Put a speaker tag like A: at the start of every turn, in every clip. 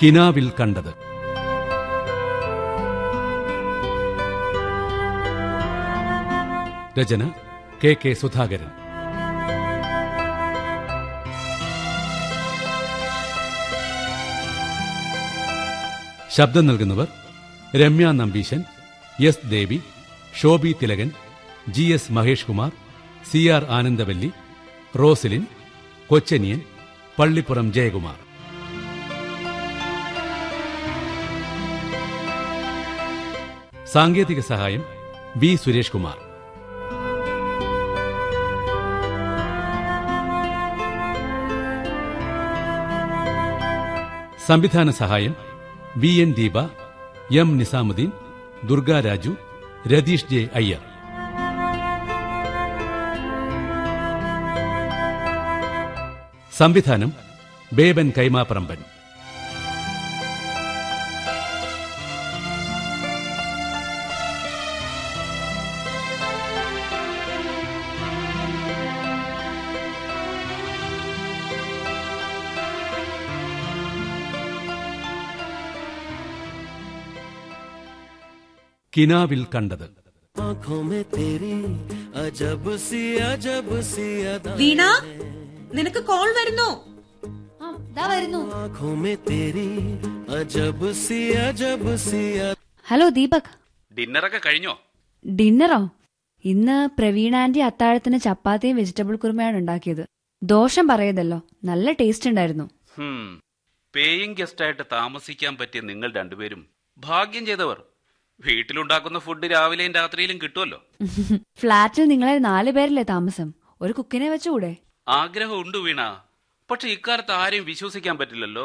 A: കിനാവിൽ കണ്ടത് രചന K K Sudhakaran ശബ്ദം നൽകുന്നവർ Ramya Nambeesan S Devi Shobi Thilakan G S Mahesh Kumar C R Anandavalli Rosalin Kochaniyan Pallippuram Jayakumar സാങ്കേതിക സഹായം വി സുരേഷ് കുമാർ സംവിധാന സഹായം V N Deepa M Nizamuddin Durga Raju Ratheesh J Iyer സംവിധാനം ബേബൻ കൈമാപ്പറമ്പൻ കിനാവിൽ കണ്ടത്
B: आंखों में तेरी अजब सी अजब सी अदा
C: വീണ നിനക്ക് കോൾ വരുന്നു
D: ആ, ദാ വരുന്നു
B: आंखों में तेरी अजब सी अजब सी अदा
D: ഹലോ ദീപക്
A: ഡിന്നറൊക്കെ കഴിഞ്ഞോ
D: ഡിന്നറോ ഇന്ന് പ്രവീണ ആന്റി അത്താഴത്തിന് ചപ്പാത്തിയും വെജിറ്റബിൾ കുറുമയാണ് ഉണ്ടാക്കിയത് ദോഷം പറയതല്ലോ നല്ല ടേസ്റ്റ് ഉണ്ടായിരുന്നു
E: ഹും. പേയിങ് ഗസ്റ്റായിട്ട് താമസിക്കാൻ പറ്റിയ നിങ്ങൾ രണ്ടുപേരും ഭാഗ്യം ചെയ്തവർ വീട്ടിലുണ്ടാക്കുന്ന ഫുഡ് രാവിലെയും രാത്രിയിലും കിട്ടുമല്ലോ
D: ഫ്ളാറ്റിൽ നിങ്ങളെ നാല് പേരല്ലേ താമസം ഒരു കുക്കിനെ വെച്ചുകൂടെ
E: ആഗ്രഹമുണ്ട് വീണ പക്ഷെ ഇക്കാലത്ത് ആരെയും വിശ്വസിക്കാൻ പറ്റില്ലല്ലോ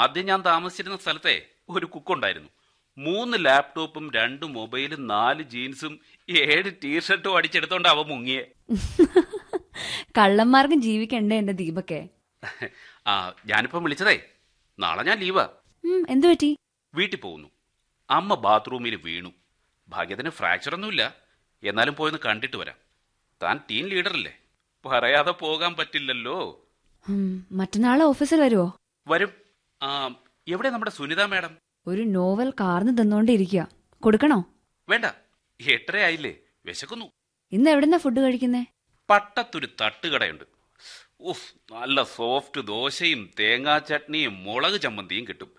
E: ആദ്യം ഞാൻ താമസിച്ചിരുന്ന സ്ഥലത്തെ ഒരു കുക്കുണ്ടായിരുന്നു മൂന്ന് ലാപ്ടോപ്പും രണ്ട് മൊബൈലും നാല് ജീൻസും ഏഴ് ടീഷർട്ടും അടിച്ചെടുത്തോണ്ട് അവ മുങ്ങിയേ
D: കള്ളന്മാർക്കും ജീവിക്കണ്ടേ എന്റെ ദീപക്കെ
E: ആ ഞാനിപ്പം വിളിച്ചതേ നാളെ ഞാൻ ലീവാ
D: ഉം, എന്തു പറ്റി
E: വീട്ടിൽ പോകുന്നു അമ്മ ബാത്റൂമിൽ വീണു ഭാഗ്യത്തിന് ഫ്രാക്ചർ ഒന്നുമില്ല എന്നാലും പോയൊന്ന് കണ്ടിട്ട് വരാം താൻ ടീം ലീഡറല്ലേ പറയാതെ പോകാൻ പറ്റില്ലല്ലോ
D: ഉം, മറ്റന്നാളെ ഓഫീസിൽ വരുവോ
E: വരും ആ എവിടെ നമ്മുടെ സുനിത മാഡം
D: ഒരു നോവൽ കാർന്നു തന്നുകൊണ്ടിരിക്കുക കൊടുക്കണോ
E: വേണ്ട എട്ടര ആയില്ലേ വിശക്കുന്നു
D: ഇന്ന് എവിടുന്നാ ഫുഡ് കഴിക്കുന്നേ
E: പട്ടത്തൊരു തട്ടുകടയുണ്ട് ഉഫ് നല്ല സോഫ്റ്റ് ദോശയും തേങ്ങാ ചട്നിയും മുളക് ചമ്മന്തിയും കിട്ടും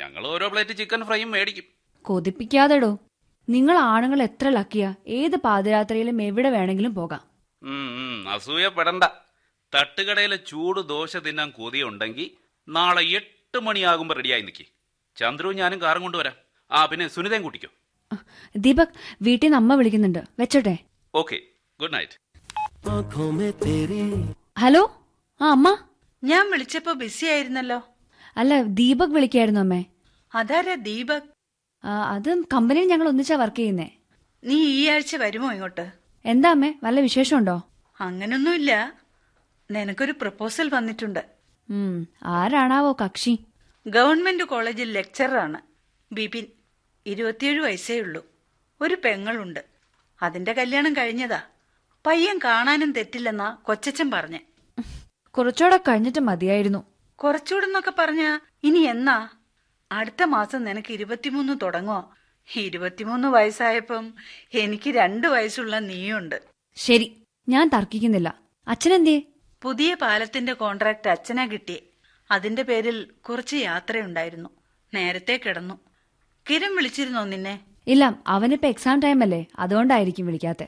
E: ഞങ്ങൾ ഓരോ പ്ലേറ്റ് ചിക്കൻ ഫ്രൈയും മേടിക്കും
D: കൊതിപ്പിക്കാതെടോ നിങ്ങൾ ആണുങ്ങൾ എത്ര ലക്കിയാ ഏത് പാതിരാത്രിയിലും എവിടെ വേണമെങ്കിലും പോകാം
E: ഉം, ഉം, അസൂയപ്പെടണ്ട തട്ടുകടയിലെ ചൂട് ദോശ തിന്നാൻ കൊതിയുണ്ടെങ്കിൽ നാളെ എട്ട് മണിയാകുമ്പോൾ റെഡിയായി നിൽക്കി ചന്ദ്രുവും ഞാനും കാറും കൊണ്ടുവരാം ആ പിന്നെ സുനിതയും കൂട്ടിക്കോ
D: ആ, ദീപക് വീട്ടിൽ നിന്ന് അമ്മ വിളിക്കുന്നുണ്ട് വെച്ചോട്ടെ
E: ഓക്കെ ഗുഡ് നൈറ്റ്
B: आंखों में तेरी
D: ഹലോ ആ അമ്മ
C: ഞാൻ വിളിച്ചപ്പോ ബിസി ആയിരുന്നല്ലോ
D: അല്ല ദീപക് വിളിക്കായിരുന്നു അമ്മേ
C: അതാരാ ദീപക്
D: ആ, അത് കമ്പനിയിൽ ഞങ്ങൾ ഒന്നിച്ചാ വർക്ക് ചെയ്യുന്നേ
C: നീ ഈ ആഴ്ച വരുമോ ഇങ്ങോട്ട്
D: എന്താ അമ്മേ വല്ല വിശേഷമുണ്ടോ
C: അങ്ങനൊന്നുമില്ല നിനക്കൊരു പ്രപ്പോസൽ വന്നിട്ടുണ്ട്
D: ഉം ആരാണാവോ കക്ഷി
C: ഗവൺമെന്റ് കോളേജിൽ ലെക്ചറാണ് ബിപിൻ ഇരുപത്തിയേഴ് വയസ്സേ ഉള്ളൂ ഒരു പെങ്ങളുണ്ട് അതിന്റെ കല്യാണം കഴിഞ്ഞതാ പയ്യൻ കാണാനും തെറ്റില്ലെന്നാ കൊച്ചച്ചൻ പറഞ്ഞ്
D: കുറച്ചുകൂടെ കഴിഞ്ഞിട്ട് മതിയായിരുന്നു
C: കുറച്ചുകൂടെന്നൊക്കെ പറഞ്ഞ ഇനി എന്നാ അടുത്ത മാസം നിനക്ക് ഇരുപത്തിമൂന്ന് തുടങ്ങോ ഇരുപത്തിമൂന്ന് വയസ്സായപ്പം എനിക്ക് രണ്ട് വയസ്സുള്ള നീയുണ്ട്
D: ശരി ഞാൻ തർക്കിക്കുന്നില്ല അച്ഛനെന്തേ
C: പുതിയ പാലത്തിന്റെ കോൺട്രാക്ട് അച്ഛനാ കിട്ടിയേ അതിന്റെ പേരിൽ കുറച്ച് യാത്രയുണ്ടായിരുന്നു നേരത്തെ കിടന്നു കിരം വിളിച്ചിരുന്നോ നിന്നെ
D: ഇല്ല അവനിപ്പോ എക്സാം ടൈം അല്ലേ അതുകൊണ്ടായിരിക്കും വിളിക്കാത്തെ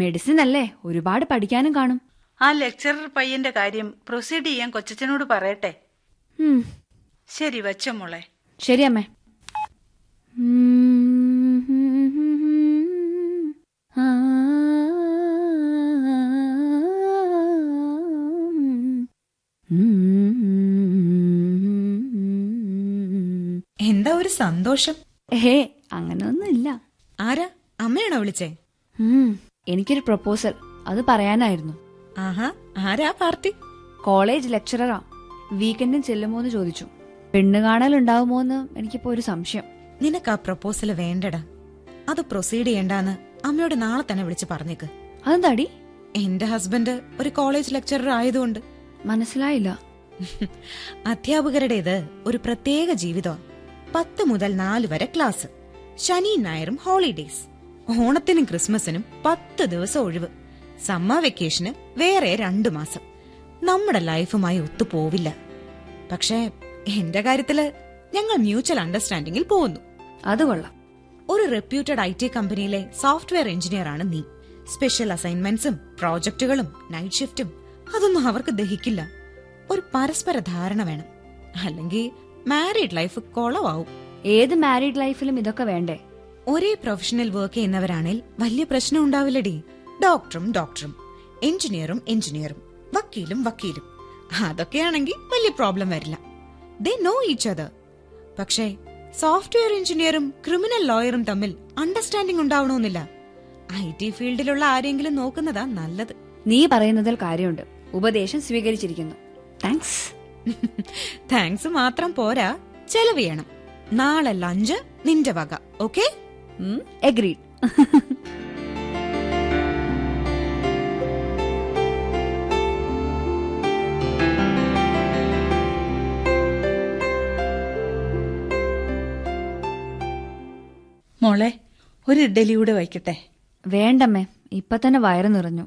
D: മെഡിസിൻ അല്ലേ ഒരുപാട് പഠിക്കാനും കാണും
C: ആ ലെക്ചറർ പയ്യന്റെ കാര്യം പ്രൊസീഡ് ചെയ്യാൻ കൊച്ചച്ചനോട് പറയട്ടെ
D: ഉം
C: ശരി വച്ചോ മോളെ
D: ശരി അമ്മേ
F: എന്താ ഒരു സന്തോഷം
D: ഹേ അങ്ങനെയൊന്നുമില്ല
F: ആരാ അമ്മയാണോ വിളിച്ചേ
D: ഉം, എനിക്കൊരു പ്രപ്പോസൽ അത് പറയാനായിരുന്നു
F: ആഹാ ആരാ പാർട്ടി
D: കോളേജ് ലെക്ചററാ വീക്കെൻഡിൽ ചെല്ലുമോ എന്ന് ചോദിച്ചു പെണ്ണ് കാണലുണ്ടാവുമോ എന്ന് എനിക്കിപ്പോ ഒരു സംശയം
F: നിനക്ക് ആ പ്രപ്പോസൽ വേണ്ടടാ അത് പ്രൊസീഡ് ചെയ്യണ്ടാന്ന് അമ്മയോട് നാളെ തന്നെ വിളിച്ച് പറഞ്ഞേക്ക്
D: അതെന്താടി
F: എന്റെ ഹസ്ബൻഡ് ഒരു കോളേജ് ലെക്ചറർ ആയതുകൊണ്ട്
D: മനസ്സിലായില്ല
F: അധ്യാപകരുടേത് ഒരു പ്രത്യേക ജീവിതം പത്ത് മുതൽ നാല് വരെ ക്ലാസ് ശനി ഞായറും ഹോളിഡേസ് ഓണത്തിനും ക്രിസ്മസിനും പത്ത് ദിവസം ഒഴിവ് സമ്മർ വെക്കേഷന് വേറെ രണ്ടു മാസം നമ്മുടെ ലൈഫുമായി ഒത്തുപോവില്ല പക്ഷേ എന്റെ കാര്യത്തില് ഞങ്ങൾ മ്യൂച്വൽ അണ്ടർസ്റ്റാൻഡിങ്ങിൽ പോകുന്നു
D: അത് കൊള്ളാം
F: ഒരു റെപ്യൂട്ടഡ് ഐ ടി കമ്പനിയിലെ സോഫ്റ്റ്വെയർ എഞ്ചിനീയർ ആണ് നീ സ്പെഷ്യൽ അസൈൻമെന്റ്സും പ്രോജക്റ്റുകളും നൈറ്റ് ഷിഫ്റ്റും അതൊന്നും അവർക്ക് ദഹിക്കില്ല ഒരു പരസ്പര ധാരണ വേണം അല്ലെങ്കിൽ മാരീഡ് ലൈഫ് കുളവാവും
D: ഏത് മാരീഡ് ലൈഫിലും ഇതൊക്കെ വേണ്ടേ
F: ഒരേ പ്രൊഫഷനിൽ വർക്ക് ചെയ്യുന്നവരാണെങ്കിൽ വലിയ പ്രശ്നം ഉണ്ടാവില്ലടി ഡോക്ടറും ഡോക്ടറും എഞ്ചിനീയറും എഞ്ചിനീയറും വക്കീലും വക്കീലും അതൊക്കെയാണെങ്കിൽ വലിയ പ്രോബ്ലം വരില്ല ദേ നോ ഈച്ച് അതർ പക്ഷേ സോഫ്റ്റ്വെയർ എഞ്ചിനീയറും ക്രിമിനൽ ലോയറും തമ്മിൽ അണ്ടർസ്റ്റാൻഡിംഗ് ഉണ്ടാവണമെന്നില്ല ഐ ടി ഫീൽഡിലുള്ള ആരെങ്കിലും നോക്കുന്നതാ നല്ലത്
D: നീ പറയുന്നതിൽ കാര്യമുണ്ട് ഉപദേശം സ്വീകരിച്ചിരിക്കുന്നു താങ്ക്സ്
F: താങ്ക്സ് മാത്രം പോരാ ചെലവ് ചെയ്യണം നാളെ ലഞ്ച് നിന്റെ വക ഓക്കേ
D: എഗ്രീഡ്
C: മോളെ ഒരു ഇഡ്ഡലി കൂടെ വയ്ക്കട്ടെ
D: വേണ്ടമ്മേ ഇപ്പൊ തന്നെ വയറ് നിറഞ്ഞു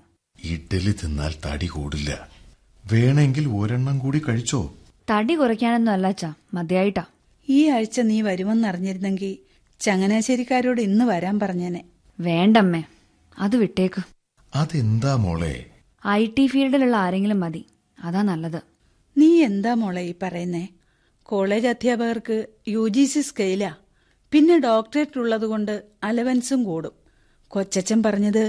G: ഇഡ്ഡലി തിന്നാൽ തടി കൂടില്ല വേണമെങ്കിൽ ഒരെണ്ണം കൂടി കഴിച്ചോ
D: തടി കുറയ്ക്കാനൊന്നും അല്ല അച്ഛാ മതിയായിട്ടാ
C: ഈ ആഴ്ച നീ വരുമെന്നറിഞ്ഞിരുന്നെങ്കിൽ ചങ്ങനാശ്ശേരിക്കാരോട് ഇന്ന് വരാൻ പറഞ്ഞേനെ
D: വേണ്ടമ്മേ അത് വിട്ടേക്ക്
G: അതെന്താ മോളെ
D: ഐ ടി ഫീൽഡിലുള്ള ആരെങ്കിലും മതി അതാ നല്ലത്
C: നീ എന്താ മോളെ ഈ പറയുന്നേ കോളേജ് അധ്യാപകർക്ക് യു ജി സി സ്കെയിലാ പിന്നെ ഡോക്ടറേറ്റ് ഉള്ളതുകൊണ്ട് അലവൻസും കൂടും കൊച്ചച്ചൻ പറഞ്ഞത്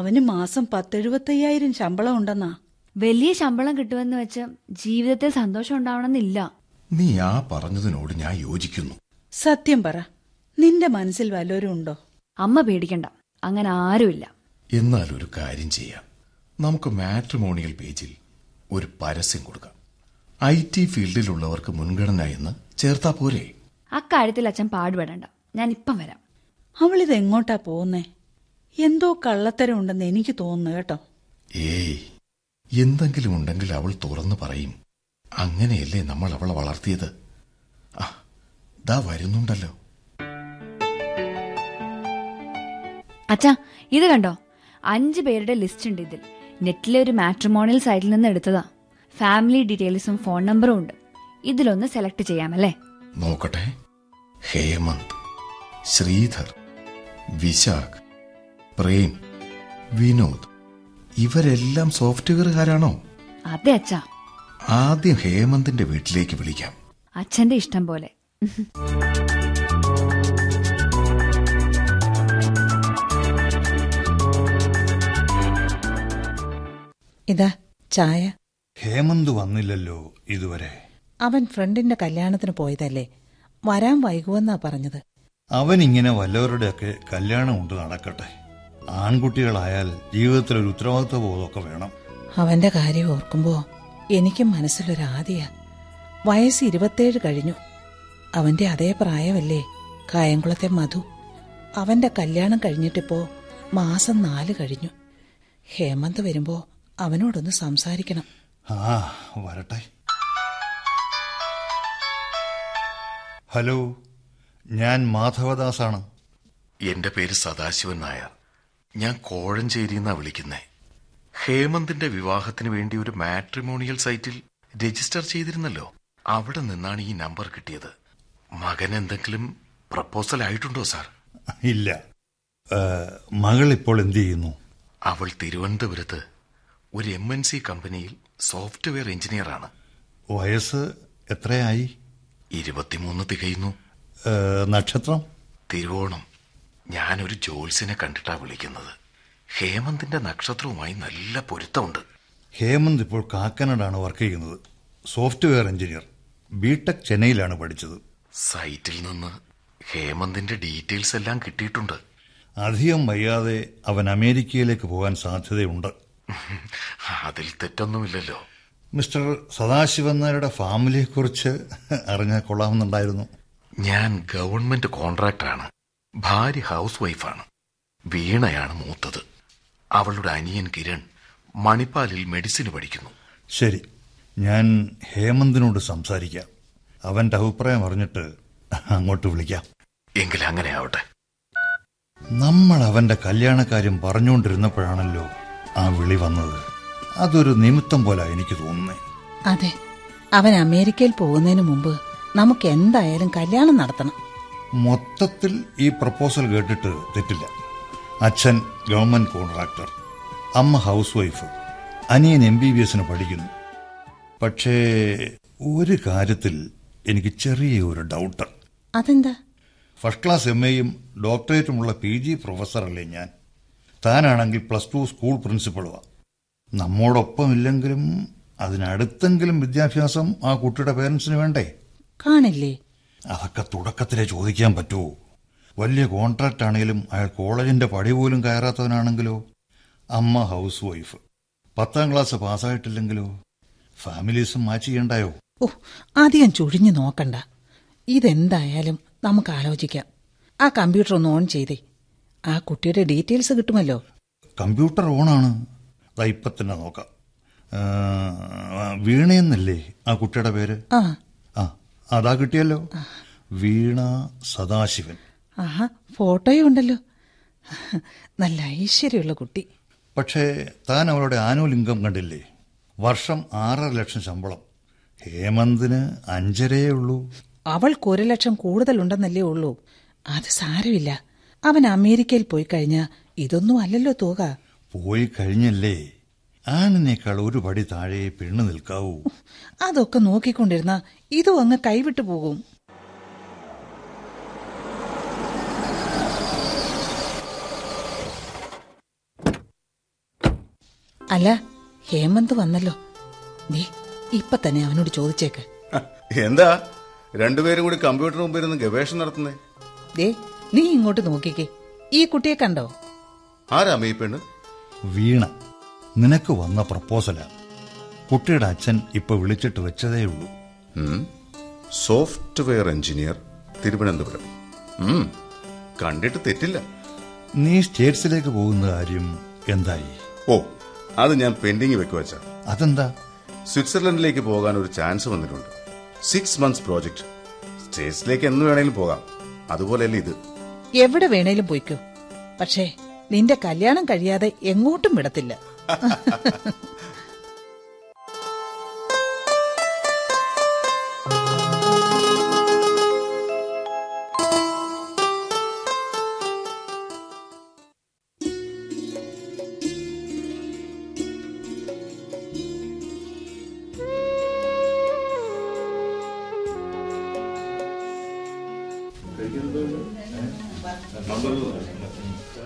C: അവന് മാസം പത്തെഴുപത്തയ്യായിരം ശമ്പളം ഉണ്ടെന്നാ
D: വലിയ ശമ്പളം കിട്ടുമെന്ന് വെച്ച് ജീവിതത്തിൽ സന്തോഷം ഉണ്ടാവണമെന്നില്ല
G: നീ ആ പറഞ്ഞതിനോട് ഞാൻ യോജിക്കുന്നു
C: സത്യം പറ നിന്റെ മനസ്സിൽ വല്ലവരും ഉണ്ടോ
D: അമ്മ പേടിക്കണ്ട അങ്ങനെ ആരുമില്ല
G: എന്നാൽ ഒരു കാര്യം ചെയ്യാം നമുക്ക് മാട്രിമോണിയൽ പേജിൽ ഒരു പരസ്യം കൊടുക്കാം ഐ ടി ഫീൽഡിലുള്ളവർക്ക് മുൻഗണന എന്ന് ചേർത്താ പോരെ
D: അക്കാര്യത്തിൽ അച്ഛൻ പാടുപെടണ്ട ഞാൻ ഇപ്പം വരാം
C: അവളിത് എങ്ങോട്ടാ പോകുന്നേ എന്തോ കള്ളത്തരം ഉണ്ടെന്ന് എനിക്ക് തോന്നുന്നു കേട്ടോ
G: ഏയ് എന്തെങ്കിലും ഉണ്ടെങ്കിൽ അവൾ തുറന്നു പറയും അങ്ങനെയല്ലേ നമ്മൾ അവളെ വളർത്തിയത് ആ ദാ വരുന്നുണ്ടല്ലോ
D: അച്ഛാ ഇത് കണ്ടോ അഞ്ച് പേരുടെ ലിസ്റ്റ് ഉണ്ട് ഇതിൽ നെറ്റിലെ ഒരു മാട്രിമോണിയൽ സൈറ്റിൽ നിന്ന് എടുത്തതാ ഫാമിലി ഡീറ്റെയിൽസും ഫോൺ നമ്പറും ഉണ്ട് ഇതിലൊന്ന് സെലക്ട് ചെയ്യാമല്ലേ
G: നോക്കട്ടെ ഹേമന്ത് ശ്രീധർ വിശാഖ് പ്രേം വിനോദ് ഇവരെല്ലാം സോഫ്റ്റ്വെയറുകാരാണോ
D: അതെ അച്ഛാ
G: ആദ്യം ഹേമന്തിന്റെ വീട്ടിലേക്ക് വിളിക്കാം
D: അച്ഛന്റെ ഇഷ്ടം പോലെ
H: ഇതാ ചായ
I: ഹേമന്ത് വന്നില്ലല്ലോ ഇതുവരെ
H: അവൻ ഫ്രണ്ടിന്റെ കല്യാണത്തിന് പോയതല്ലേ വരാൻ വൈകുമെന്നാ പറഞ്ഞത്
I: അവൻ ഇങ്ങനെ വല്ലവരുടെയൊക്കെ കല്യാണം കൊണ്ട് നടക്കട്ടെ ആൺകുട്ടികളായാൽ ജീവിതത്തിൽ ഒരു ഉത്തരവാദിത്വ ബോധമൊക്കെ വേണം
H: അവന്റെ കാര്യം ഓർക്കുമ്പോ എനിക്കും മനസ്സിലൊരു ആദിയാ വയസ്സ് ഇരുപത്തേഴ് കഴിഞ്ഞു അവന്റെ അതേ പ്രായമല്ലേ കായംകുളത്തെ മധു അവന്റെ കല്യാണം കഴിഞ്ഞിട്ടിപ്പോ മാസം നാല് കഴിഞ്ഞു ഹേമന്ത് വരുമ്പോ അവനോടൊന്ന് സംസാരിക്കണം
I: ആ വരട്ടെ ഹലോ ഞാൻ മാധവദാസാണ്
G: എന്റെ പേര് സദാശിവൻ നായർ ഞാൻ കോഴഞ്ചേരി എന്നാ വിളിക്കുന്നേ ഹേമന്തിന്റെ വിവാഹത്തിന് വേണ്ടി ഒരു മാട്രിമോണിയൽ സൈറ്റിൽ രജിസ്റ്റർ ചെയ്തിരുന്നല്ലോ അവിടെ നിന്നാണ് ഈ നമ്പർ കിട്ടിയത് മകൻ എന്തെങ്കിലും പ്രപ്പോസൽ ആയിട്ടുണ്ടോ സാർ
I: ഇല്ല ഏ, മകൾ ഇപ്പോൾ എന്ത് ചെയ്യുന്നു
G: അവൾ തിരുവനന്തപുരത്ത് ഒരു എം എൻ സി കമ്പനിയിൽ സോഫ്റ്റ്വെയർ എഞ്ചിനീയറാണ്
I: വയസ്സ് എത്രയായി
G: ഇരുപത്തിമൂന്ന് തികയുന്നു
I: ഏ, നക്ഷത്രം
G: തിരുവോണം ഞാനൊരു ജോൽസിനെ കണ്ടിട്ടാ വിളിക്കുന്നത് ഹേമന്തിന്റെ നക്ഷത്രവുമായി നല്ല പൊരുത്തമുണ്ട്
I: ഹേമന്ത് ഇപ്പോൾ കാക്കനഡാണ് വർക്ക് ചെയ്യുന്നത് സോഫ്റ്റ്വെയർ എഞ്ചിനീയർ ബിടെക് ചെന്നൈയിലാണ് പഠിച്ചത്
G: സൈറ്റിൽ നിന്ന് ഹേമന്തിന്റെ ഡീറ്റെയിൽസ് എല്ലാം കിട്ടിയിട്ടുണ്ട്
I: അധികം വയ്യാതെ അവൻ അമേരിക്കയിലേക്ക് പോകാൻ സാധ്യതയുണ്ട്
G: അതിൽ തെറ്റൊന്നുമില്ലല്ലോ
I: മിസ്റ്റർ സദാശിവൻ നായരുടെ ഫാമിലിയെക്കുറിച്ച് അറിഞ്ഞാൽ കൊള്ളാമെന്നുണ്ടായിരുന്നു
G: ഞാൻ ഗവൺമെന്റ് കോൺട്രാക്ടറാണ് ഭാര്യ ഹൗസ് വൈഫാണ് വീണയാണ് മൂത്തത് അവളുടെ അനിയൻ കിരൺ മണിപ്പാലിൽ മെഡിസിന് പഠിക്കുന്നു
I: ശരി ഞാൻ ഹേമന്തിനോട് സംസാരിക്കാം അവന്റെ അഭിപ്രായം അറിഞ്ഞിട്ട് അങ്ങോട്ട് വിളിക്കാം
G: എങ്കിൽ അങ്ങനെ ആവട്ടെ
I: നമ്മൾ അവന്റെ കല്യാണക്കാര്യം പറഞ്ഞുകൊണ്ടിരുന്നപ്പോഴാണല്ലോ ആ വിളി വന്നത് അതൊരു നിമിത്തം പോലെ എനിക്ക് തോന്നുന്നേ
H: അതെ അവൻ അമേരിക്കയിൽ പോകുന്നതിന് മുമ്പ് നമുക്ക് എന്തായാലും കല്യാണം നടത്തണം
I: മൊത്തത്തിൽ ഈ പ്രപ്പോസൽ കേട്ടിട്ട് തെറ്റില്ല അച്ഛൻ ഗവൺമെന്റ് കോൺട്രാക്ടർ അമ്മ ഹൗസ് വൈഫ് അനിയൻ എം ബി ബി എസിന് പഠിക്കുന്നു പക്ഷേ ഒരു കാര്യത്തിൽ എനിക്ക് ചെറിയ ഒരു ഡൗട്ട്
H: അതെന്താ
I: ഫസ്റ്റ് ക്ലാസ് എം എയും ഡോക്ടറേറ്റുമുള്ള പി ജി പ്രൊഫസറല്ലേ ഞാൻ താനാണെങ്കിൽ പ്ലസ് ടു സ്കൂൾ പ്രിൻസിപ്പളുമാണ് നമ്മോടൊപ്പം ഇല്ലെങ്കിലും അതിനടുത്തെങ്കിലും വിദ്യാഭ്യാസം ആ കുട്ടിയുടെ പേരൻസിന് വേണ്ടേ
H: കാണില്ലേ
I: അതൊക്കെ തുടക്കത്തിലേ ചോദിക്കാൻ പറ്റുമോ വലിയ കോൺട്രാക്റ്റ് ആണെങ്കിലും അയാൾ കോളേജിന്റെ പടി പോലും കയറാത്തവനാണെങ്കിലോ അമ്മ ഹൗസ് വൈഫ് പത്താം ക്ലാസ് പാസ്സായിട്ടില്ലെങ്കിലോ ഫാമിലീസും മാച്ച് ചെയ്യണ്ടായോ
H: ഓ അധികം ചുഴിഞ്ഞു നോക്കണ്ട ഇതെന്തായാലും നമുക്ക് ആലോചിക്കാം ആ കമ്പ്യൂട്ടർ ഒന്ന് ഓൺ ചെയ്തേ ആ കുട്ടിയുടെ ഡീറ്റെയിൽസ് കിട്ടുമല്ലോ
I: കമ്പ്യൂട്ടർ ഓണാണ് ദാ ഇപ്പം തന്നെ നോക്കാം ആ, വീണയെന്നല്ലേ ആ കുട്ടിയുടെ പേര്
H: ആ
I: ആ അതാ കിട്ടിയല്ലോ വീണ സദാശിവൻ
H: ആഹാ ഫോട്ടോയും ഉണ്ടല്ലോ നല്ല ഐശ്വര്യമുള്ള കുട്ടി
I: പക്ഷേ താൻ അവളുടെ ആനുവൽ ഇൻകം കണ്ടില്ലേ വർഷം ആറര ലക്ഷം ശമ്പളം ഹേമന്തിന് അഞ്ചരയേ ഉള്ളൂ
H: അവൾക്ക് ഒരു ലക്ഷം കൂടുതലുണ്ടെന്നല്ലേ ഉള്ളൂ അത് സാരമില്ല അവൻ അമേരിക്കയിൽ പോയി കഴിഞ്ഞാൽ ഇതൊന്നും അല്ലല്ലോ തുക
I: പോയി കഴിഞ്ഞല്ലേ ആണിനേക്കാൾ ഒരു പടി താഴെ പെണ്ണു നിൽക്കാവൂ
H: അതൊക്കെ നോക്കിക്കൊണ്ടിരുന്ന ഇതും അങ്ങ് കൈവിട്ടു പോകും അല്ല ഹേമന്ത് വന്നല്ലോ നീ ഇപ്പൊ തന്നെ അവനോട് ചോദിച്ചേക്ക്
J: എന്താ രണ്ടുപേരും കൂടി കമ്പ്യൂട്ടർ മുമ്പിൽ നിന്ന് ഗവേഷണം നടത്തുന്നേ
H: ദേ നീ ഇങ്ങോട്ട് നോക്കിക്കേ ഈ കുട്ടിയെ കണ്ടോ
J: ആരാമേ ഈ പെണ്ണ്
I: വീണ നിനക്ക് വന്ന പ്രപ്പോസലാ കുട്ടിയുടെ അച്ഛൻ ഇപ്പൊ വിളിച്ചിട്ട് വെച്ചതേ ഉള്ളൂ
J: ഉം. സോഫ്റ്റ്വെയർ എഞ്ചിനീയർ തിരുവനന്തപുരം ഉം. കണ്ടിട്ട് തെറ്റില്ല
I: നീ സ്റ്റേറ്റ്സിലേക്ക് പോകുന്ന കാര്യം എന്തായി
J: ഓ അത് ഞാൻ പെൻഡിങ് വെക്കുവച്ച
I: അതെന്താ
J: സ്വിറ്റ്സർലൻഡിലേക്ക് പോകാൻ ഒരു ചാൻസ് വന്നിട്ടുണ്ട് സിക്സ് മന്ത്സ് പ്രോജക്റ്റ് സ്റ്റേറ്റ്സിലേക്ക് എന്ന് വേണേലും പോകാം അതുപോലെയല്ല ഇത്
H: എവിടെ വേണേലും പോയിക്കോ പക്ഷേ നിന്റെ കല്യാണം കഴിയാതെ എങ്ങോട്ടും വിടത്തില്ല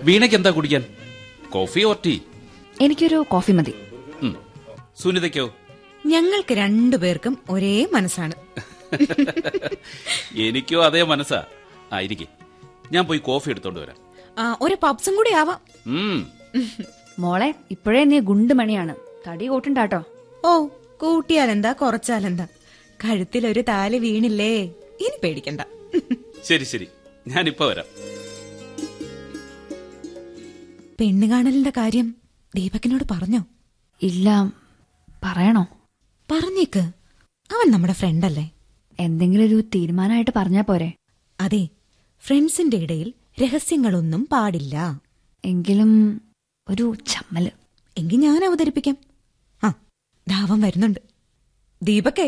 E: വീണയ്ക്ക് എന്താ കുടിക്കാൻ കോഫി ഓർ ടീ
D: എനിക്കൊരു കോഫി മതി
E: ഉം. സുനിതയ്ക്കോ
F: ഞങ്ങൾക്ക് രണ്ടുപേർക്കും ഒരേ മനസ്സാണ്
E: എനിക്കോ അതേ മനസ്സാ ആയിരിക്കെ ഞാൻ പോയി കോഫി എടുത്തോണ്ട് വരാം
F: ആ, ഒരു പബ്സും കൂടി ആവാം
E: ഉം.
D: മോളെ ഇപ്പോഴേ നീ ഗുണ്ട് മണിയാണ് തടി കൂട്ടുണ്ടാട്ടോ
F: ഓ കൂട്ടിയാലെന്താ കുറച്ചാലെന്താ കഴുത്തിലൊരു താല് വീണില്ലേ ഇനി പേടിക്കണ്ട
E: ശരി ശരി ഞാനിപ്പോ വരാം
F: പെണ്ണ് കാണലിന്റെ കാര്യം ദീപകിനോട് പറഞ്ഞോ
D: ഇല്ല പറയണോ
F: പറഞ്ഞേക്ക് അവൻ നമ്മുടെ ഫ്രണ്ടല്ലേ
D: എന്തെങ്കിലും ഒരു തീരുമാനമായിട്ട് പറഞ്ഞാ പോരെ
F: അതെ ഫ്രണ്ട്സിന്റെ ഇടയിൽ രഹസ്യങ്ങളൊന്നും പാടില്ല
D: എങ്കിലും ഒരു ചമ്മല്
F: എങ്കിൽ ഞാൻ അവതരിപ്പിക്കാം ആ ധാവം വരുന്നുണ്ട് ദീപക്കേ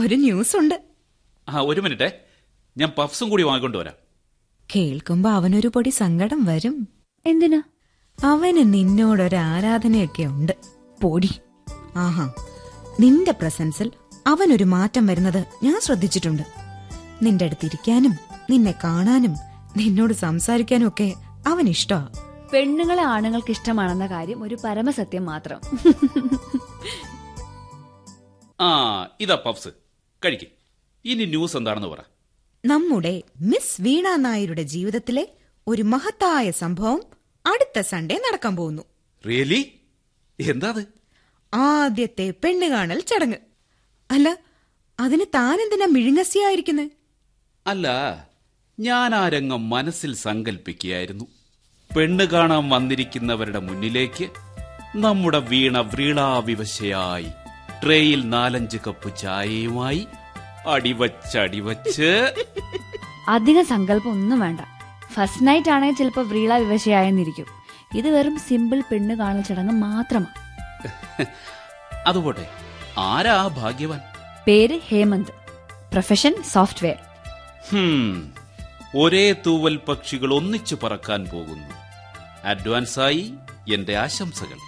F: ഒരു ന്യൂസ് ഉണ്ട്
E: ആ ഒരു മിനിറ്റേ ഞാൻ പഫ്സും കൂടി വാങ്ങിക്കൊണ്ട് വരാം
F: കേൾക്കുമ്പോ അവനൊരു പൊടി സങ്കടം വരും
D: എന്തിനാ
F: അവന് നിന്നോടൊരു ആരാധനയൊക്കെ ഉണ്ട്
D: പോടി
F: ആഹാ നിന്റെ പ്രസൻസിൽ അവനൊരു മാറ്റം വരുന്നത് ഞാൻ ശ്രദ്ധിച്ചിട്ടുണ്ട് നിന്റെ അടുത്തിരിക്കാനും നിന്നെ കാണാനും നിന്നോട് സംസാരിക്കാനും ഒക്കെ അവൻ ഇഷ്ടമാ
D: പെണ്ണുങ്ങളെ ആണുങ്ങൾക്ക് ഇഷ്ടമാണെന്ന കാര്യം ഒരു പരമസത്യം മാത്രം
E: ആ ഇതാ പഫ്സ് കഴിക്ക് ഇനി ന്യൂസ് എന്താണെന്ന് പറ
F: നമ്മുടെ മിസ് വീണ നായരുടെ ജീവിതത്തിലെ ഒരു മഹത്തായ സംഭവം അടുത്ത സൺഡേ നടക്കാൻ പോകുന്നു
E: റിയലി എന്താ അത്
F: ആദ്യത്തെ പെണ്ണ് കാണൽ ചടങ്ങ് അല്ല അതിന് താനെന്തിനാ മിഴുങ്ങസിയായിരിക്കുന്നേ
E: അല്ല ഞാൻ ആ രംഗം മനസ്സിൽ സങ്കല്പിക്കുകയായിരുന്നു പെണ്ണ് കാണാൻ വന്നിരിക്കുന്നവരുടെ മുന്നിലേക്ക് നമ്മുടെ വീണ വ്രീളാവിവശയായി ട്രേയിൽ നാലഞ്ച് കപ്പ് ചായയുമായി അടിവച്ചടിവച്ച്
D: അധികം സങ്കല്പം ഒന്നും വേണ്ട ഫസ്റ്റ് നൈറ്റ് ആണെങ്കിൽ ചിലപ്പോൾ വ്രീള വിവശയായെന്നിരിക്കും ഇത് വെറും സിമ്പിൾ പെണ്ണ് കാണൽ ചടങ്ങ് മാത്രമാണ്
E: അതുപോട്ടെ ആരാ ആ ഭാഗ്യവാൻ
D: പേര് ഹേമന്ത് പ്രൊഫഷൻ സോഫ്റ്റ്വെയർ
E: ഹും, ഒരേ തൂവൽ പക്ഷികൾ ഒന്നിച്ചു പറക്കാൻ പോകുന്നു അഡ്വാൻസായി എന്റെ ആശംസകൾ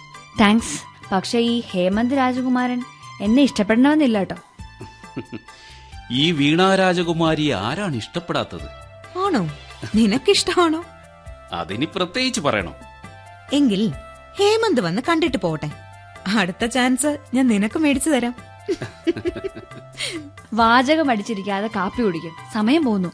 D: താങ്ക്സ് പക്ഷേ ഈ ഹേമന്ത് രാജകുമാരൻ എന്നെ ഇഷ്ടപ്പെടണമെന്നില്ല കേട്ടോ
E: ഈ വീണ രാജകുമാരി ആരാണ് ഇഷ്ടപ്പെടാത്തത്
F: ആണോ നിനക്കിഷ്ടമാണോ
E: അതിനി പ്രത്യേകിച്ച് പറയണോ
F: എങ്കിൽ ഹേമന്ത് വന്ന് കണ്ടിട്ട് പോട്ടെ അടുത്ത ചാൻസ് ഞാൻ നിനക്ക് മേടിച്ചു തരാം
D: വാചകം അടിച്ചിരിക്കാതെ കാപ്പി കുടിക്കും സമയം പോകുന്നു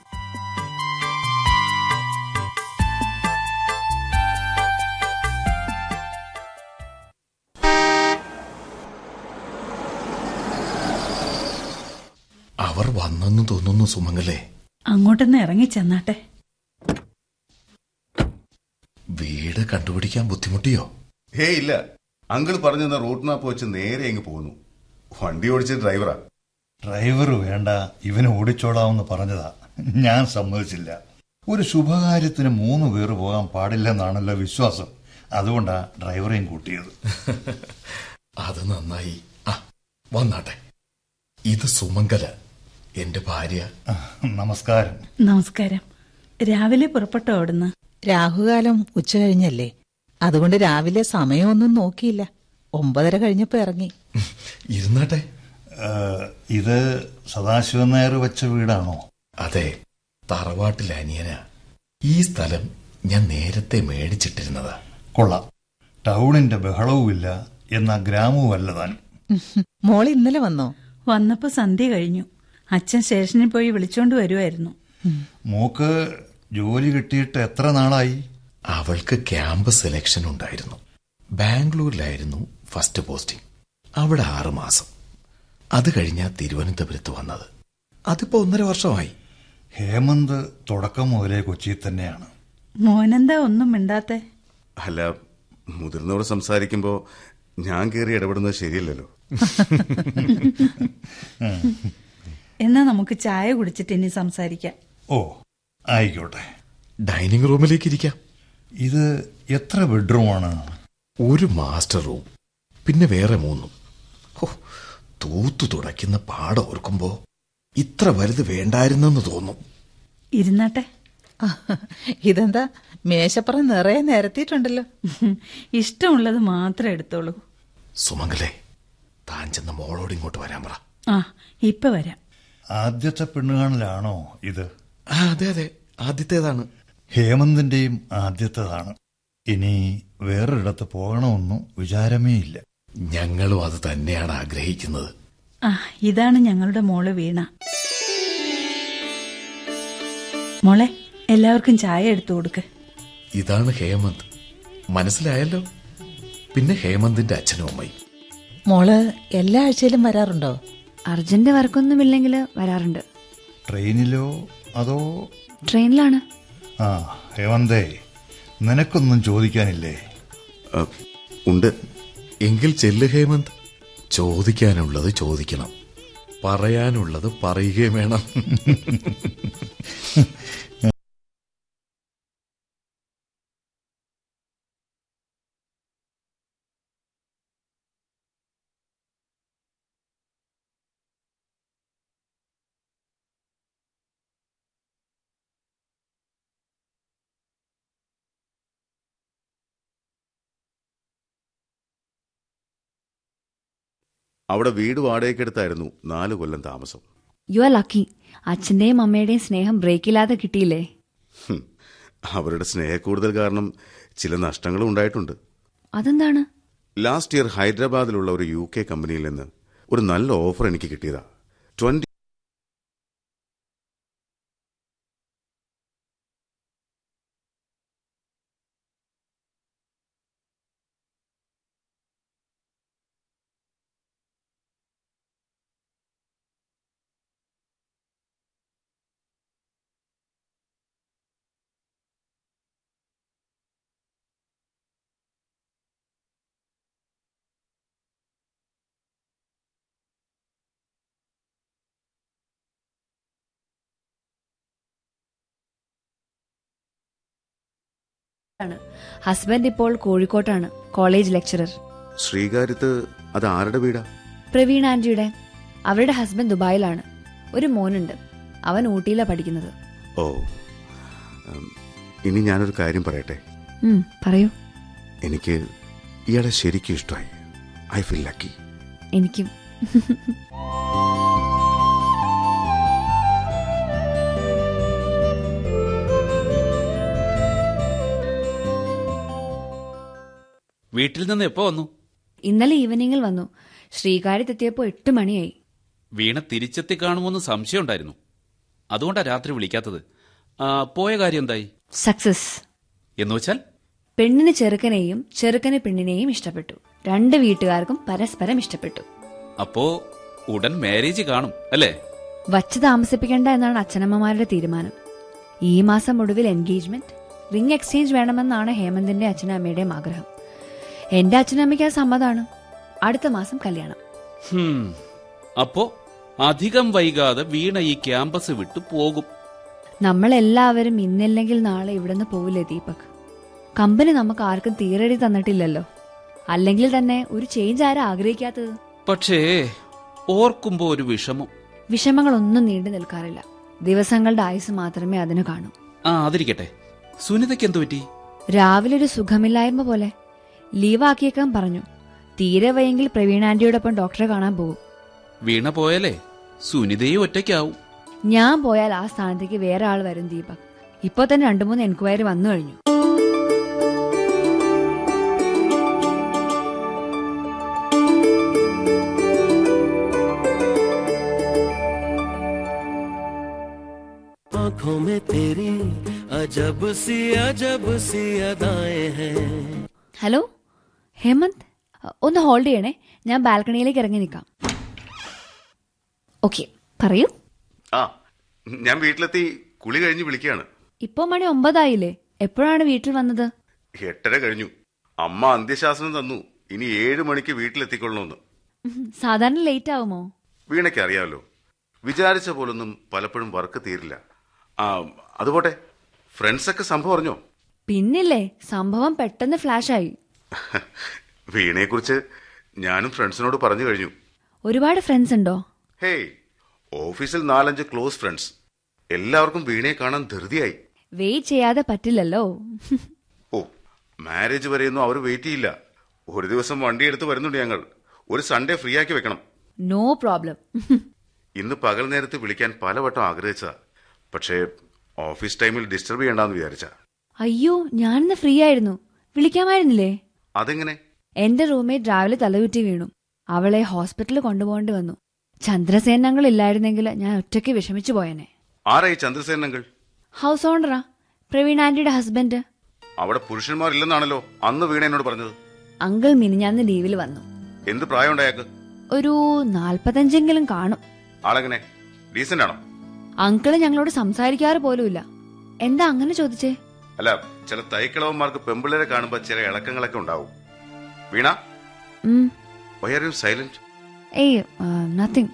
G: അവർ വന്നെന്ന് തോന്നുന്നു സുമംഗലേ
C: അങ്ങോട്ടൊന്ന് ഇറങ്ങി ചെന്നാട്ടെ
G: വീട് കണ്ടുപിടിക്കാൻ ബുദ്ധിമുട്ടിയോ
J: ഹേ ഇല്ല അങ്കിൾ പറഞ്ഞു തന്ന റൂട്ട് മാപ്പ് വെച്ച് നേരെ അങ്ങ് പോകുന്നു വണ്ടി ഓടിച്ച ഡ്രൈവറാ
I: ഡ്രൈവർ വേണ്ട ഇവനെ ഓടിച്ചോടാമെന്ന് പറഞ്ഞതാ ഞാൻ സമ്മതിച്ചില്ല ഒരു ശുഭകാര്യത്തിന് മൂന്ന് പേർ പോകാൻ പാടില്ലെന്നാണല്ലോ വിശ്വാസം അതുകൊണ്ടാ ഡ്രൈവറെയും കൂട്ടിയത്
G: അത് നന്നായി ആ വന്നാട്ടെ ഇത് സുമംഗല എന്റെ ഭാര്യ
I: നമസ്കാരം
C: നമസ്കാരം രാവിലെ പുറപ്പെട്ടോ അവിടുന്ന്
H: രാഹുകാലം ഉച്ച കഴിഞ്ഞല്ലേ അതുകൊണ്ട് രാവിലെ സമയമൊന്നും നോക്കിയില്ല ഒമ്പതര കഴിഞ്ഞപ്പോ ഇറങ്ങി
G: ഇരുന്നാട്ടെ
I: ഏഹ്, ഇത് സദാശിവൻ നായർ വെച്ച വീടാണോ
G: അതെ തറവാട്ടിലെ അനിയന ഈ സ്ഥലം ഞാൻ നേരത്തെ മേടിച്ചിട്ടിരുന്നതാ
I: കൊള്ളാം ടൗണിന്റെ ബഹളവുമില്ല എന്നാ ഗ്രാമവുമല്ല താൻ
H: മോൾ ഇന്നലെ വന്നോ
C: വന്നപ്പോ സന്ധ്യ കഴിഞ്ഞു അച്ഛൻ സ്റ്റേഷനിൽ പോയി വിളിച്ചോണ്ട് വരുമായിരുന്നു
I: മോക്ക് ജോലി കിട്ടിയിട്ട് എത്ര നാളായി
G: അവൾക്ക് ക്യാമ്പ് സെലക്ഷൻ ഉണ്ടായിരുന്നു ബാംഗ്ലൂരിലായിരുന്നു ഫസ്റ്റ് പോസ്റ്റിംഗ് അവിടെ ആറ് മാസം അത് കഴിഞ്ഞാ തിരുവനന്തപുരത്ത് വന്നത് അതിപ്പോ ഒന്നര വർഷമായി
I: ഹേമന്ത് തുടക്കം മുതലേ കൊച്ചിയിൽ തന്നെയാണ്
C: മോനെന്താ ഒന്നും മിണ്ടാത്തെ
J: അല്ല മുതിർന്നവർ സംസാരിക്കുമ്പോൾ ഞാൻ കയറി ഇടപെടുന്നത് ശരിയല്ലല്ലോ
C: എന്നാ നമുക്ക് ചായ കുടിച്ചിട്ട് ഇനി സംസാരിക്കാം
I: ഓ ആയിക്കോട്ടെ
G: ഡൈനിങ് റൂമിലേക്ക് ഇരിക്കാം
I: ഇത് എത്ര ബെഡ്റൂമാണ്
G: ഒരു മാസ്റ്റർ റൂം പിന്നെ വേറെ മൂന്നും ഹോ തൂത്തു തുടയ്ക്കുന്ന പാടം ഓർക്കുമ്പോ ഇത്ര വലുത് വേണ്ടായിരുന്നെന്ന് തോന്നും
C: ഇരുന്നാട്ടെ
H: ഇതെന്താ മേശപ്പുറം നിറയെ നിരത്തിയിട്ടുണ്ടല്ലോ
C: ഇഷ്ടമുള്ളത് മാത്രം എടുത്തോളൂ
G: സുമംഗലെ താൻ ചെന്ന മോളോട് ഇങ്ങോട്ട് വരാൻ പറ
C: ആ ഇപ്പൊ വരാം
I: ആദ്യത്തെ പെണ്ണുകാണലാണോ ഇത്
G: ആ, അതെ അതെ ആദ്യത്തേതാണ്
I: ഹേമന്തിന്റെയും ആദ്യത്തേതാണ് ഇനി വേറൊരിടത്ത് പോകണമെന്നും വിചാരമേ ഇല്ല
G: ഞങ്ങളും അത് തന്നെയാണ് ആഗ്രഹിക്കുന്നത്
C: ആ ഇതാണ് ഞങ്ങളുടെ മോള് വീണ മോളെ എല്ലാവർക്കും ചായ എടുത്തു കൊടുക്ക്
G: ഇതാണ് ഹേമന്ത് മനസ്സിലായല്ലോ പിന്നെ ഹേമന്തിന്റെ അച്ഛനും അമ്മയും
H: മോള് എല്ലാ ആഴ്ചയിലും വരാറുണ്ടോ
D: അർജന്റ് വർക്കൊന്നുമില്ലെങ്കിൽ വരാറുണ്ട്
I: ട്രെയിനിലോ അതോ
D: ട്രെയിനിലാണ്
I: ആ ഹേമന്തേ നിനക്കൊന്നും ചോദിക്കാനില്ലേ
J: ആ, ഉണ്ട്
G: എങ്കിൽ ചെല്ല് ഹേമന്ത് ചോദിക്കാനുള്ളത് ചോദിക്കണം പറയാനുള്ളത് പറയുകയും വേണം
J: അവിടെ വീട് വാടകയ്ക്കെടുത്തായിരുന്നു നാല് കൊല്ലം താമസം
D: യു ആർ ലക്കി അച്ഛന്റെയും അമ്മയുടെയും സ്നേഹം ബ്രേക്കില്ലാതെ കിട്ടിയില്ലേ
J: ഹും. അവരുടെ സ്നേഹക്കൂടുതൽ കാരണം ചില നഷ്ടങ്ങളും ഉണ്ടായിട്ടുണ്ട്
D: അതെന്താണ്
J: ലാസ്റ്റ് ഇയർ ഹൈദരാബാദിലുള്ള ഒരു യു കെ കമ്പനിയിൽ നിന്ന് ഒരു നല്ല ഓഫർ എനിക്ക് കിട്ടിയതാ ട്വന്റി
D: ആണ് ഹസ്ബൻഡ് ഇപ്പോൾ കോഴിക്കോട്ടാണ് കോളേജ് ലെക്ചറർ
J: ശ്രീകാര്യത്ത് അത് ആരുടെ വീടാ
D: പ്രവീൺ ആന്റിയുടെ അവരുടെ ഹസ്ബൻഡ് ദുബായിലാണ് ഒരു മോനുണ്ട് അവൻ ഊട്ടിയിലാണ് പഠിക്കുന്നത്
J: ഓ ഉം, ഇനി ഞാനൊരു കാര്യം പറയട്ടെ
D: ഉം, പറയൂ
J: എനിക്ക് ഇയാളെ ശരിക്കും ഇഷ്ടമായി ഐ ഫീൽ ലക്കി
D: എനിക്കും
E: വീട്ടിൽ നിന്ന് എപ്പോ വന്നു
D: ഇന്നലെ ഈവനിങ്ങിൽ വന്നു ശ്രീകാര്യത്തെത്തിയപ്പോൾ എട്ട് മണിയായി
E: വീണ തിരിച്ചെത്തി കാണുമെന്ന് സംശയമുണ്ടായിരുന്നു അതുകൊണ്ടാ രാത്രി വിളിക്കാത്തത് ആ, പോയ കാര്യം എന്തായി
D: സക്സസ്
E: എന്നുവെച്ചാൽ
D: പെണ്ണിന് ചെറുക്കനെയും ചെറുക്കന് പെണ്ണിനെയും ഇഷ്ടപ്പെട്ടു രണ്ട് വീട്ടുകാർക്കും പരസ്പരം ഇഷ്ടപ്പെട്ടു
E: അപ്പോ ഉടൻ മാരേജ് കാണും അല്ലേ
D: വച്ച് താമസിപ്പിക്കേണ്ട എന്നാണ് അച്ഛനമ്മമാരുടെ തീരുമാനം ഈ മാസം ഒടുവിൽ എൻഗേജ്മെന്റ് റിംഗ് എക്സ്ചേഞ്ച് വേണമെന്നാണ് ഹേമന്തിന്റെ അച്ഛനും അമ്മയുടെയും ആഗ്രഹം എന്റെ അച്ഛനും അമ്മയ്ക്ക് ആ സമ്മതമാണ് അടുത്ത മാസം കല്യാണം
E: ഹും. അപ്പോ അധികം വൈകാതെ വീണ ഈ ക്യാമ്പസ് വിട്ടു പോകും
D: നമ്മളെല്ലാവരും ഇന്നില്ലെങ്കിൽ നാളെ ഇവിടുന്ന് പോവില്ലേ ദീപക് കമ്പനി നമുക്ക് ആർക്കും തീരടി തന്നിട്ടില്ലല്ലോ അല്ലെങ്കിൽ തന്നെ ഒരു ചേഞ്ച് ആരാ ആഗ്രഹിക്കാത്തത്
E: പക്ഷേ ഓർക്കുമ്പോ ഒരു വിഷമം
D: വിഷമങ്ങളൊന്നും നീണ്ടു നിൽക്കാറില്ല ദിവസങ്ങളുടെ ആയുസ് മാത്രമേ അതിന് കാണൂ
E: ആ അതിരിക്കട്ടെ സുനിതയ്ക്ക് എന്തു പറ്റി
D: രാവിലെ ഒരു സുഖമില്ലായ്മ പോലെ ലീവാക്കിയേക്കാൻ പറഞ്ഞു തീരെ വയ്യെങ്കിൽ പ്രവീൺ ആന്റിയോടൊപ്പം ഡോക്ടറെ കാണാൻ പോകും
E: വീണ പോയാലേ സുനിതയും ഒറ്റയ്ക്കാവും
D: ഞാൻ പോയാൽ ആ സ്ഥാനത്തേക്ക് വേറെ ആൾ വരും ദീപക് ഇപ്പൊ തന്നെ രണ്ടു മൂന്ന് എൻക്വയറി വന്നു കഴിഞ്ഞു
B: आंखों में तेरी अजब सी अजब सी अदाएं हैं
D: ഹലോ ഹേമന്ത് ഒന്ന് ഹോൾഡ് ചെയ്യണേ ഞാൻ ബാൽക്കണിയിലേക്ക് ഇറങ്ങി നിൽക്കാം ഓക്കെ പറയൂ
J: ആ ഞാൻ വീട്ടിലെത്തി കുളി കഴിഞ്ഞ് വിളിക്കുകയാണ്
D: ഇപ്പോ മണി ഒമ്പതായില്ലേ എപ്പോഴാണ് വീട്ടിൽ വന്നത്
J: എട്ടര കഴിഞ്ഞു അമ്മ അന്ത്യശാസനം തന്നു ഇനി ഏഴ് മണിക്ക് വീട്ടിലെത്തിക്കൊള്ളണമെന്ന്
D: ഉം, സാധാരണ ലേറ്റ് ആവുമോ
J: വീണയ്ക്ക് അറിയാമല്ലോ വിചാരിച്ച പോലൊന്നും പലപ്പോഴും വർക്ക് തീരില്ല ആ അതുപോട്ടെ ഫ്രണ്ട്സൊക്കെ സംഭവം അറിഞ്ഞോ
D: പിന്നില്ലേ സംഭവം പെട്ടെന്ന് ഫ്ലാഷ് ആയി
J: വീണയെക്കുറിച്ച് ഞാനും ഫ്രണ്ട്സിനോട് പറഞ്ഞു കഴിഞ്ഞു
D: ഒരുപാട് ഫ്രണ്ട്സ് ഉണ്ടോ
J: ഹേയ് ഓഫീസിൽ നാലഞ്ച് ക്ലോസ് ഫ്രണ്ട്സ് എല്ലാവർക്കും വീണയെ കാണാൻ ധൃതിയായി
D: വെയിറ്റ് ചെയ്യാതെ പറ്റില്ലല്ലോ
J: ഓ മാരേജ് വരെയൊന്നും അവർ വെയിറ്റ് ചെയ്യില്ല ഒരു ദിവസം വണ്ടിയെടുത്ത് വരുന്നുണ്ട് ഞങ്ങൾ ഒരു സൺഡേ ഫ്രീ ആക്കി വെക്കണം
D: നോ പ്രോബ്ലം
J: ഇന്ന് പകൽ നേരത്ത് വിളിക്കാൻ പലവട്ടം ആഗ്രഹിച്ചതാ പക്ഷേ ഓഫീസ് ടൈമിൽ ഡിസ്റ്റർബ് ചെയ്യണ്ടെന്ന് വിചാരിച്ച
D: അയ്യോ ഞാനിന്ന് ഫ്രീ ആയിരുന്നു വിളിക്കാമായിരുന്നില്ലേ
J: അതെങ്ങനെ
D: എന്റെ റൂംമേറ്റ് രാവിലെ തലകുറ്റി വീണു അവളെ ഹോസ്പിറ്റലിൽ കൊണ്ടുപോകേണ്ടി വന്നു ചന്ദ്രസേനങ്ങൾ ഇല്ലായിരുന്നെങ്കിൽ ഞാൻ ഒറ്റയ്ക്ക് വിഷമിച്ചു പോയേനെ
J: ആരായി ചന്ദ്രസേനങ്ങൾ
D: ഹൗസ് ഓണറാ പ്രവീൺ ആന്റിയുടെ ഹസ്ബൻഡ്
J: അവിടെ പുരുഷന്മാരില്ലെന്നാണല്ലോ അന്ന് വീണ എന്നോട് പറഞ്ഞത്
D: അങ്കിൾ മിനിഞ്ഞാന്ന് ലീവിൽ വന്നു
J: എന്ത് പ്രായമുണ്ടായാക്ക്
D: ഒരു നാൽപ്പത്തഞ്ചെങ്കിലും കാണും
J: ആളെങ്ങനെ ഡീസന്റ് ആണോ
D: അങ്കിള് ഞങ്ങളോട് സംസാരിക്കാറ് പോലുമില്ല എന്താ അങ്ങനെ ചോദിച്ചേ
J: അല്ല ചില തൈക്കിളവന്മാർക്ക് പെമ്പിള്ളേരെ കാണുമ്പോൾ ചില ഇളക്കങ്ങളൊക്കെ ഉണ്ടാവും വീണ
D: ഉം,
J: വൈ ആർ യു സൈലന്റ്
D: ഏയ് നത്തിങ്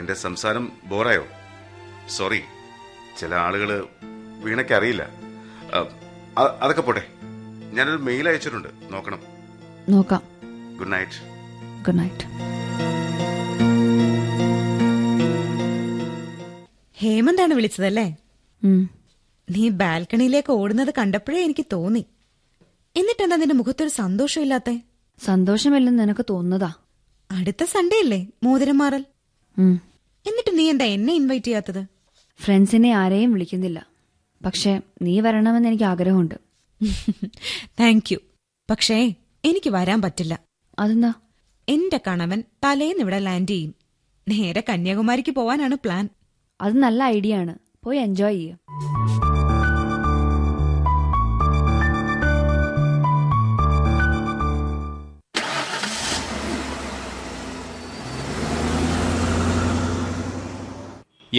J: എന്റെ സംസാരം ബോറായോ സോറി ചില ആളുകൾ വീണയ്ക്ക് അറിയില്ല അഹ്, അ- അതൊക്കെ പോട്ടെ ഞാനൊരു മെയിൽ അയച്ചിട്ടുണ്ട് നോക്കണം
D: നോക്കാം
J: ഗുഡ് നൈറ്റ്
D: ഗുഡ് നൈറ്റ്
F: ഹേമന്താണ് വിളിച്ചതല്ലേ
D: ഉം.
F: നീ ബാൽക്കണിയിലേക്ക് ഓടുന്നത് കണ്ടപ്പോഴേ എനിക്ക് തോന്നി എന്നിട്ടെന്താ നിന്റെ മുഖത്തൊരു സന്തോഷമില്ലാത്തെ
D: സന്തോഷമില്ലെന്ന് നിനക്ക് തോന്നുന്നതാ
F: അടുത്ത സൺഡേ അല്ലേ മോതിരം മാറൽ
D: ഉം.
F: എന്നിട്ട് നീ എന്താ എന്നെ ഇൻവൈറ്റ് ചെയ്യാത്തത്
D: ഫ്രണ്ട്സിനെ ആരെയും വിളിക്കുന്നില്ല പക്ഷെ നീ വരണമെന്ന് എനിക്ക് ആഗ്രഹമുണ്ട്
F: താങ്ക് യു പക്ഷേ എനിക്ക് വരാൻ പറ്റില്ല
D: അതെന്താ
F: എന്റെ കണവൻ തലേന്ന് ഇവിടെ ലാൻഡ് ചെയ്യും നേരെ കന്യാകുമാരിക്ക് പോവാനാണ് പ്ലാൻ
D: അത് നല്ല ഐഡിയ ആണ് പോയി എൻജോയ് ചെയ്യ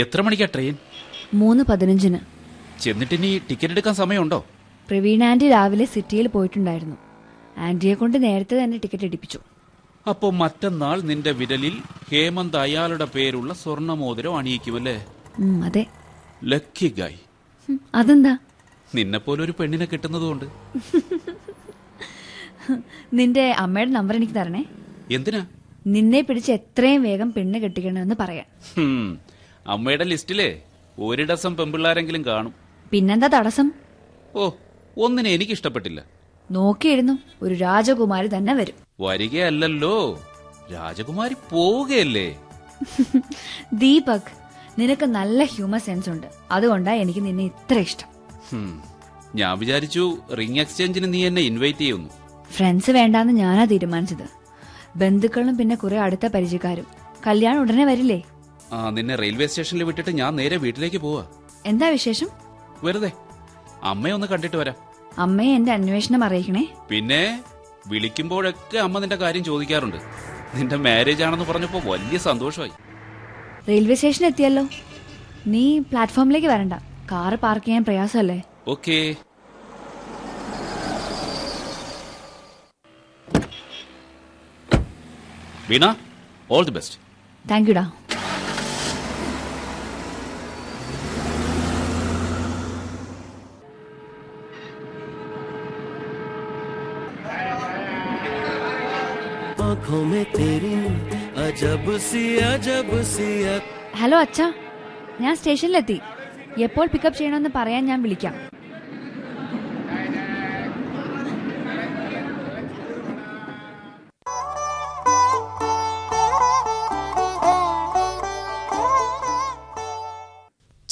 E: എത്ര മണിക്കാ ട്രെയിൻ
D: മൂന്ന് പതിനഞ്ചിന്
E: ചെന്നിട്ടിനി ടിക്കറ്റ് എടുക്കാൻ സമയമുണ്ടോ
D: പ്രവീൺ ആന്റി രാവിലെ സിറ്റിയിൽ പോയിട്ടുണ്ടായിരുന്നു ആന്റിയെ കൊണ്ട് നേരത്തെ തന്നെ ടിക്കറ്റ് എടുപ്പിച്ചു
E: അപ്പോ മറ്റന്നാൾ നിന്റെ വിരലിൽ ഹേമന്ത് അയാളുടെ പേരുള്ള സ്വർണ്ണമോതിരം അണിയിക്കുമല്ലേ
D: ഉം, അതെ
E: ലക്കി ഗായ്
D: ഹും, അതെന്താ
E: നിന്നെപ്പോലെ ഒരു പെണ്ണിനെ കിട്ടുന്നതുകൊണ്ട്
D: നിന്റെ അമ്മയുടെ നമ്പർ എനിക്ക് തരണേ
E: എന്തിനാ
D: നിന്നെ പിടിച്ച് എത്രയും വേഗം പെണ്ണ് കെട്ടിക്കണമെന്ന് പറയാം
E: ഹും, അമ്മയുടെ ലിസ്റ്റിലെ ഒരു ഡസം പെമ്പിള്ളാരെങ്കിലും കാണും
D: പിന്നെന്താ തടസ്സം
E: ഓ ഒന്നിനെ എനിക്ക് ഇഷ്ടപ്പെട്ടില്ല
D: നോക്കിയിരുന്നു ഒരു രാജകുമാരി തന്നെ വരും
E: വരികയല്ലല്ലോ രാജകുമാരി പോവുകയല്ലേ
D: ദീപക് നിനക്ക് നല്ല ഹ്യൂമർ സെൻസ് ഉണ്ട് അതുകൊണ്ടാ എനിക്ക് നിന്നെ ഇത്ര ഇഷ്ടം
E: ഹും, ഞാൻ വിചാരിച്ചു റിംഗ് എക്സ്ചേഞ്ചിന് നീ എന്നെ ഇൻവൈറ്റ് ചെയ്യുന്നു
D: ഫ്രണ്ട്സ് വേണ്ടാന്ന് ഞാനാ തീരുമാനിച്ചത് ബന്ധുക്കളും പിന്നെ കുറെ അടുത്ത പരിചയക്കാരും കല്യാണം ഉടനെ വരില്ലേ
E: ആ നിന്നെ റെയിൽവേ സ്റ്റേഷനിൽ വിട്ടിട്ട് ഞാൻ നേരെ വീട്ടിലേക്ക് പോവാ
D: എന്താ വിശേഷം
E: വെറുതെ അമ്മയെ ഒന്ന് കണ്ടിട്ട് വരാം
D: അമ്മയെ എന്റെ അന്വേഷണം അറിയിക്കണേ
E: പിന്നെ വിളിക്കുമ്പോഴൊക്കെ അമ്മ നിന്റെ കാര്യം ചോദിക്കാറുണ്ട് നിന്റെ മാരേജ് ആണെന്ന് പറഞ്ഞപ്പോ വലിയ സന്തോഷമായി
D: റെയിൽവേ സ്റ്റേഷൻ എത്തിയല്ലോ നീ പ്ലാറ്റ്ഫോമിലേക്ക് വരണ്ട കാറ് പാർക്ക് ചെയ്യാൻ പ്രയാസമല്ലേ
E: okay Veena all the best
D: thank യുടാ
B: आंखों में तेरी अजब सी अजब सी अ-
D: ഹലോ അച്ഛാ ഞാൻ സ്റ്റേഷനിലെത്തി എപ്പോൾ പിക്കപ്പ് ചെയ്യണമെന്ന് പറയാൻ ഞാൻ വിളിക്കാം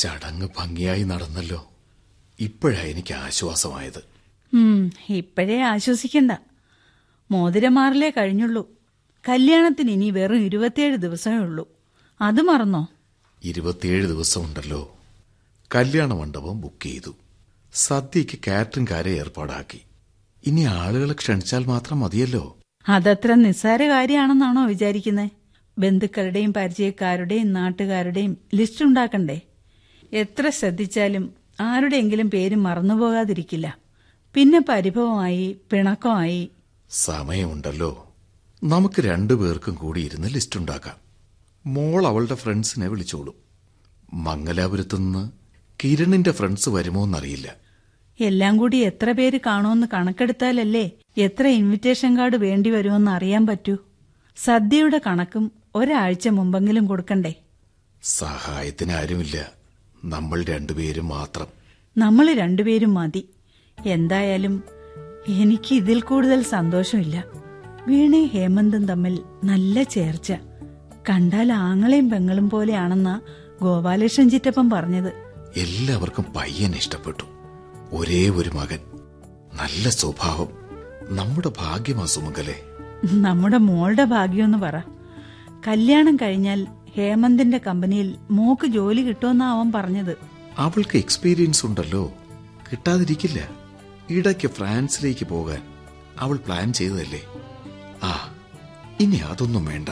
G: ചടങ്ങ് ഭംഗിയായി നടന്നല്ലോ ഇപ്പോഴാ എനിക്ക് ആശ്വാസമായത്
C: ഉം, ഇപ്പോഴേ ആശ്വസിക്കണ്ട മോതിരമാറിലേ കഴിഞ്ഞുള്ളൂ കല്യാണത്തിന് ഇനി വെറും ഇരുപത്തിയേഴ് ദിവസമേ ഉള്ളൂ അത് മറന്നോ
G: ഇരുപത്തിയേഴ് ദിവസമുണ്ടല്ലോ കല്യാണ മണ്ഡപം ബുക്ക് ചെയ്തു സദ്യയ്ക്ക് കാറ്ററിംഗുകാരെ ഏർപ്പാടാക്കി ഇനി ആളുകളെ ക്ഷണിച്ചാൽ മാത്രം മതിയല്ലോ
C: അതത്ര നിസ്സാര കാര്യമാണെന്നാണോ വിചാരിക്കുന്നത് ബന്ധുക്കളുടെയും പരിചയക്കാരുടെയും നാട്ടുകാരുടെയും ലിസ്റ്റ് ഉണ്ടാക്കണ്ടേ എത്ര ശ്രദ്ധിച്ചാലും ആരുടെയെങ്കിലും പേര് മറന്നുപോകാതിരിക്കില്ല പിന്നെ പരിഭവമായി പിണക്കമായി
G: സമയമുണ്ടല്ലോ നമുക്ക് രണ്ടു പേർക്കും കൂടി ഇരുന്ന് ലിസ്റ്റ് ഉണ്ടാക്കാം മോൾ അവളുടെ ഫ്രണ്ട്സിനെ വിളിച്ചോളും മംഗലാപുരത്തുനിന്ന് കിരണിന്റെ ഫ്രണ്ട്സ് വരുമോ എന്നറിയില്ല
C: എല്ലാം കൂടി എത്ര പേര് കാണുമെന്ന് കണക്കെടുത്താലല്ലേ എത്ര ഇൻവിറ്റേഷൻ കാർഡ് വേണ്ടി വരുമെന്ന് അറിയാൻ പറ്റൂ സദ്യയുടെ കണക്കും ഒരാഴ്ച മുമ്പെങ്കിലും കൊടുക്കണ്ടേ
G: സഹായത്തിന് ആരുമില്ല നമ്മൾ രണ്ടുപേരും മാത്രം
C: നമ്മൾ രണ്ടുപേരും മതി എന്തായാലും എനിക്ക് ഇതിൽ കൂടുതൽ സന്തോഷമില്ല വീണേ ഹേമന്തും തമ്മിൽ നല്ല ചേർച്ച കണ്ടാൽ ആങ്ങളെയും പെങ്ങളും പോലെയാണെന്നാ ഗോപാലകൃഷ്ണൻ ചിറ്റപ്പം പറഞ്ഞത്
G: എല്ലാവർക്കും പയ്യൻ ഇഷ്ടപ്പെട്ടു ഒരേ ഒരു മകൻ നല്ല സ്വഭാവം നമ്മുടെ ഭാഗ്യമാ സുമംഗലെ
C: നമ്മുടെ മോളുടെ ഭാഗ്യമെന്ന് പറ കല്യാണം കഴിഞ്ഞാൽ ഹേമന്തിന്റെ കമ്പനിയിൽ മോക്ക് ജോലി കിട്ടുമെന്നാ അവൻ പറഞ്ഞത്
G: അവൾക്ക് എക്സ്പീരിയൻസ് ഉണ്ടല്ലോ കിട്ടാതിരിക്കില്ല ഇടയ്ക്ക് ഫ്രാൻസിലേക്ക് പോകാൻ അവൾ പ്ലാൻ ചെയ്തതല്ലേ ആ ഇനി അതൊന്നും വേണ്ട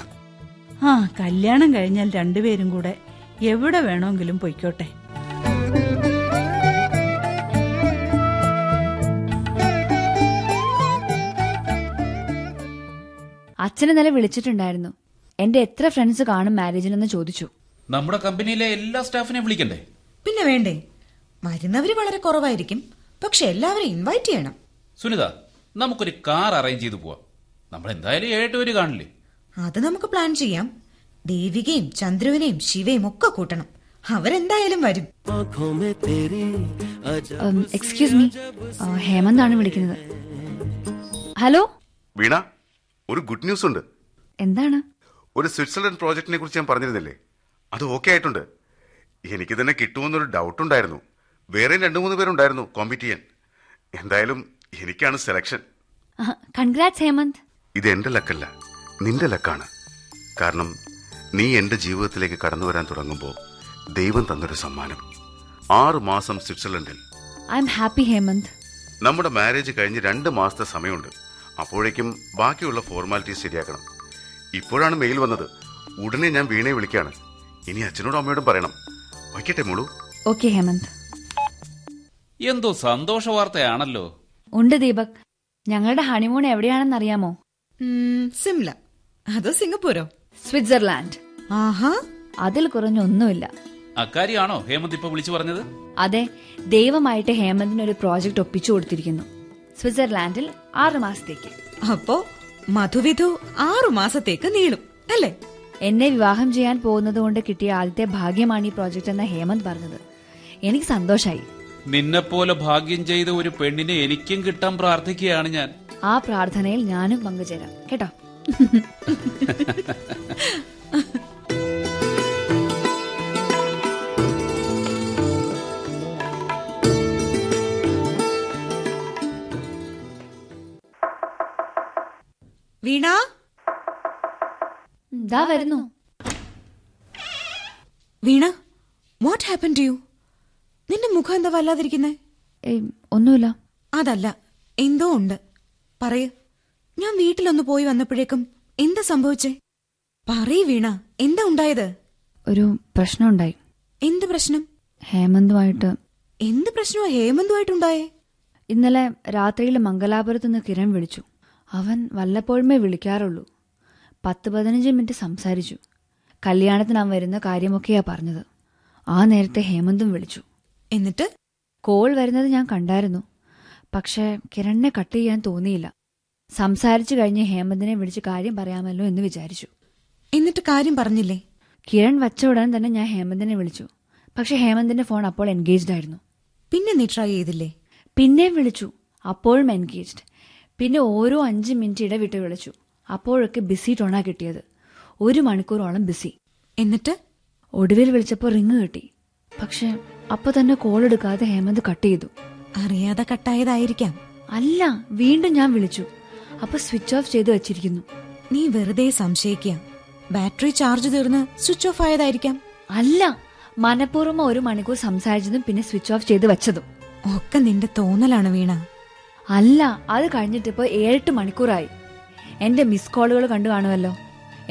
C: ആ കല്യാണം കഴിഞ്ഞാൽ രണ്ടുപേരും കൂടെ എവിടെ വേണമെങ്കിലും പൊയ്ക്കോട്ടെ
D: അച്ഛൻ ഇന്നലെ വിളിച്ചിട്ടുണ്ടായിരുന്നു എന്റെ എത്ര ഫ്രണ്ട്സ് കാണും മാരേജിനെന്ന് ചോദിച്ചു
E: നമ്മുടെ കമ്പനിയിലെ എല്ലാ സ്റ്റാഫിനെയും വിളിക്കണ്ടേ
F: പിന്നെ വേണ്ടേ വരുന്നവര് വളരെ കുറവായിരിക്കും പക്ഷെ എല്ലാവരും ഇൻവൈറ്റ് ചെയ്യണം
E: സുനിത നമുക്കൊരു കാർ അറേഞ്ച് ചെയ്ത് പോവാം നമ്മൾ എന്തായാലും ഏഴെട്ട് പേര് കാണില്ലേ
F: അത് നമുക്ക് പ്ലാൻ ചെയ്യാം ദേവികയും ചന്ദ്രുവിനെയും ശിവയും ഒക്കെ കൂട്ടണം അവരെന്തായാലും വരും
B: आंखों में तेरी अजब
D: Um, എക്സ്ക്യൂസ് മീ Uh, ഹേമന്താണ് വിളിക്കുന്നത് ഹലോ
J: വീണ ഒരു ഗുഡ് ന്യൂസ് ഉണ്ട്
D: എന്താണ്
J: ഒരു സ്വിറ്റ്സർലൻഡ് പ്രോജക്റ്റിനെ കുറിച്ച് ഞാൻ പറഞ്ഞിരുന്നില്ലേ അത് ഓക്കെ ആയിട്ടുണ്ട് എനിക്ക് തന്നെ കിട്ടുമെന്നൊരു ഡൗട്ട് ഉണ്ടായിരുന്നു വേറെ രണ്ടു മൂന്ന് പേരുണ്ടായിരുന്നു കോമ്പീറ്റ് ചെയ്യാൻ എന്തായാലും എനിക്കാണ് സെലക്ഷൻ
D: കൺഗ്രാറ്റ്സ് ഹേമന്ത്
J: ഇത് എന്റെ ലക്കല്ല നിന്റെ ലക്കാണ് കാരണം നീ എന്റെ ജീവിതത്തിലേക്ക് കടന്നു വരാൻ തുടങ്ങുമ്പോൾ ദൈവം തന്നൊരു സമ്മാനം ആറ് മാസം സ്വിറ്റ്സർലൻഡിൽ
D: ഐ എം ഹാപ്പി ഹേമന്ത്
J: നമ്മുടെ മാരേജ് കഴിഞ്ഞ് രണ്ട് മാസത്തെ സമയമുണ്ട് അപ്പോഴേക്കും ബാക്കിയുള്ള ഫോർമാലിറ്റീസ് ശരിയാക്കണം ഇപ്പോഴാണ് മെയിൽ വന്നത് ഉടനെ ഞാൻ വീണയെ വിളിക്കാണ് ഇനി അച്ഛനോടും അമ്മയോടും പറയണം വയ്ക്കട്ടെ മോളൂ
D: ഓക്കെ ഹേമന്ത്
E: എന്തോ സന്തോഷ വാർത്തയാണല്ലോ
D: ഉണ്ട് ദീപക് ഞങ്ങളുടെ ഹണിമൂൺ എവിടെയാണെന്ന് അറിയാമോ
F: ഉം, സിംല അതോ സിംഗപ്പൂരോ
D: സ്വിറ്റ്സർലാൻഡ്
F: ആഹാ
D: അതിൽ കുറഞ്ഞൊന്നുമില്ല
E: അക്കാരിയാണോ ഹേമന്ത് ഇപ്പൊ വിളിച്ചു പറഞ്ഞത്
D: അതെ ദൈവമായിട്ട് ഹേമന്തിന് ഒരു പ്രോജക്റ്റ് ഒപ്പിച്ചു കൊടുത്തിരിക്കുന്നു സ്വിറ്റ്സർലാൻഡിൽ ആറു മാസത്തേക്ക്
F: അപ്പോ മധുവിധു ആറു മാസത്തേക്ക് നീളും അല്ലേ
D: എന്നെ വിവാഹം ചെയ്യാൻ പോകുന്നത് കൊണ്ട് കിട്ടിയ ആദ്യത്തെ ഭാഗ്യമാണ് ഈ പ്രോജക്റ്റ് എന്ന് ഹേമന്ത് പറഞ്ഞത് എനിക്ക് സന്തോഷായി
E: നിന്നെപ്പോലെ ഭാഗ്യം ചെയ്ത ഒരു പെണ്ണിനെ എനിക്കും കിട്ടാൻ പ്രാർത്ഥിക്കുകയാണ് ഞാൻ
D: ആ പ്രാർത്ഥനയിൽ ഞാനും പങ്കുചേരാം കേട്ടോ
F: വീണ
D: ദാ വരുന്നു
F: Veena what happen to you നിന്റെ മുഖം എന്താ വല്ലാതിരിക്കുന്നേ
D: ഏയ്, ഒന്നുമില്ല
F: അതല്ല എന്തോ ഉണ്ട് പറയ് ഞാൻ വീട്ടിലൊന്ന് പോയി വന്നപ്പോഴേക്കും എന്താ സംഭവിച്ചേ പറയ് വീണ എന്താ ഉണ്ടായത്
D: ഒരു പ്രശ്നമുണ്ടായി
F: എന്ത് പ്രശ്നം
D: ഹേമന്തുമായിട്ട്
F: എന്ത് പ്രശ്നമാ ഹേമന്തുമായിട്ടുണ്ടായേ
D: ഇന്നലെ രാത്രിയിൽ മംഗലാപുരത്ത് നിന്ന് കിരൺ വിളിച്ചു അവൻ വല്ലപ്പോഴുമേ വിളിക്കാറുള്ളൂ പത്ത് പതിനഞ്ച് മിനിറ്റ് സംസാരിച്ചു കല്യാണത്തിന് അവൻ വരുന്ന കാര്യമൊക്കെയാ പറഞ്ഞത് ആ നേരത്തെ ഹേമന്തും വിളിച്ചു
F: എന്നിട്ട്
D: കോൾ വരുന്നത് ഞാൻ കണ്ടായിരുന്നു പക്ഷേ കിരണിനെ കട്ട് ചെയ്യാൻ തോന്നിയില്ല സംസാരിച്ചു കഴിഞ്ഞ് ഹേമന്തിനെ വിളിച്ച് കാര്യം പറയാമല്ലോ എന്ന് വിചാരിച്ചു
F: എന്നിട്ട് കാര്യം പറഞ്ഞില്ലേ
D: കിരൺ വച്ച ഉടൻ തന്നെ ഞാൻ ഹേമന്തിനെ വിളിച്ചു പക്ഷെ ഹേമന്തിന്റെ ഫോൺ അപ്പോൾ എൻഗേജ്ഡ് ആയിരുന്നു
F: പിന്നെ നീ ട്രൈ ചെയ്തില്ലേ
D: പിന്നെ വിളിച്ചു അപ്പോഴും എൻഗേജ്ഡ് പിന്നെ ഓരോ അഞ്ച് മിനിറ്റ് ഇടവിട്ട് വിളിച്ചു അപ്പോഴൊക്കെ ബിസി ടോണാ കിട്ടിയത് ഒരു മണിക്കൂറോളം ബിസി
F: എന്നിട്ട്
D: ഒടുവിൽ വിളിച്ചപ്പോൾ റിങ് കിട്ടി പക്ഷെ അപ്പോൾ തന്നെ കോൾ എടുക്കാതെ ഹേമന്ത് കട്ട് ചെയ്തു
F: അറിയാതെ കട്ടായതായിരിക്കാം
D: അല്ല വീണ്ടും ഞാൻ വിളിച്ചു അപ്പോൾ സ്വിച്ച് ഓഫ് ചെയ്ത് വെച്ചിരിക്കുന്നു
F: നീ വെറുതെ സംശയിക്കുക ബാറ്ററി ചാർജ് തീർന്ന് സ്വിച്ച് ഓഫ് ആയതായിരിക്കാം
D: അല്ല മനഃപൂർവ്വം ഒരു മണിക്കൂർ സംസാരിച്ചതും പിന്നെ സ്വിച്ച് ഓഫ് ചെയ്ത് വെച്ചതും
F: ഒക്കെ നിന്റെ തോന്നലാണ് വീണ
D: അല്ല അത് കഴിഞ്ഞിട്ടിപ്പോൾ ഏഴെട്ട് മണിക്കൂറായി എൻ്റെ മിസ് കോളുകൾ കണ്ടു കാണുമല്ലോ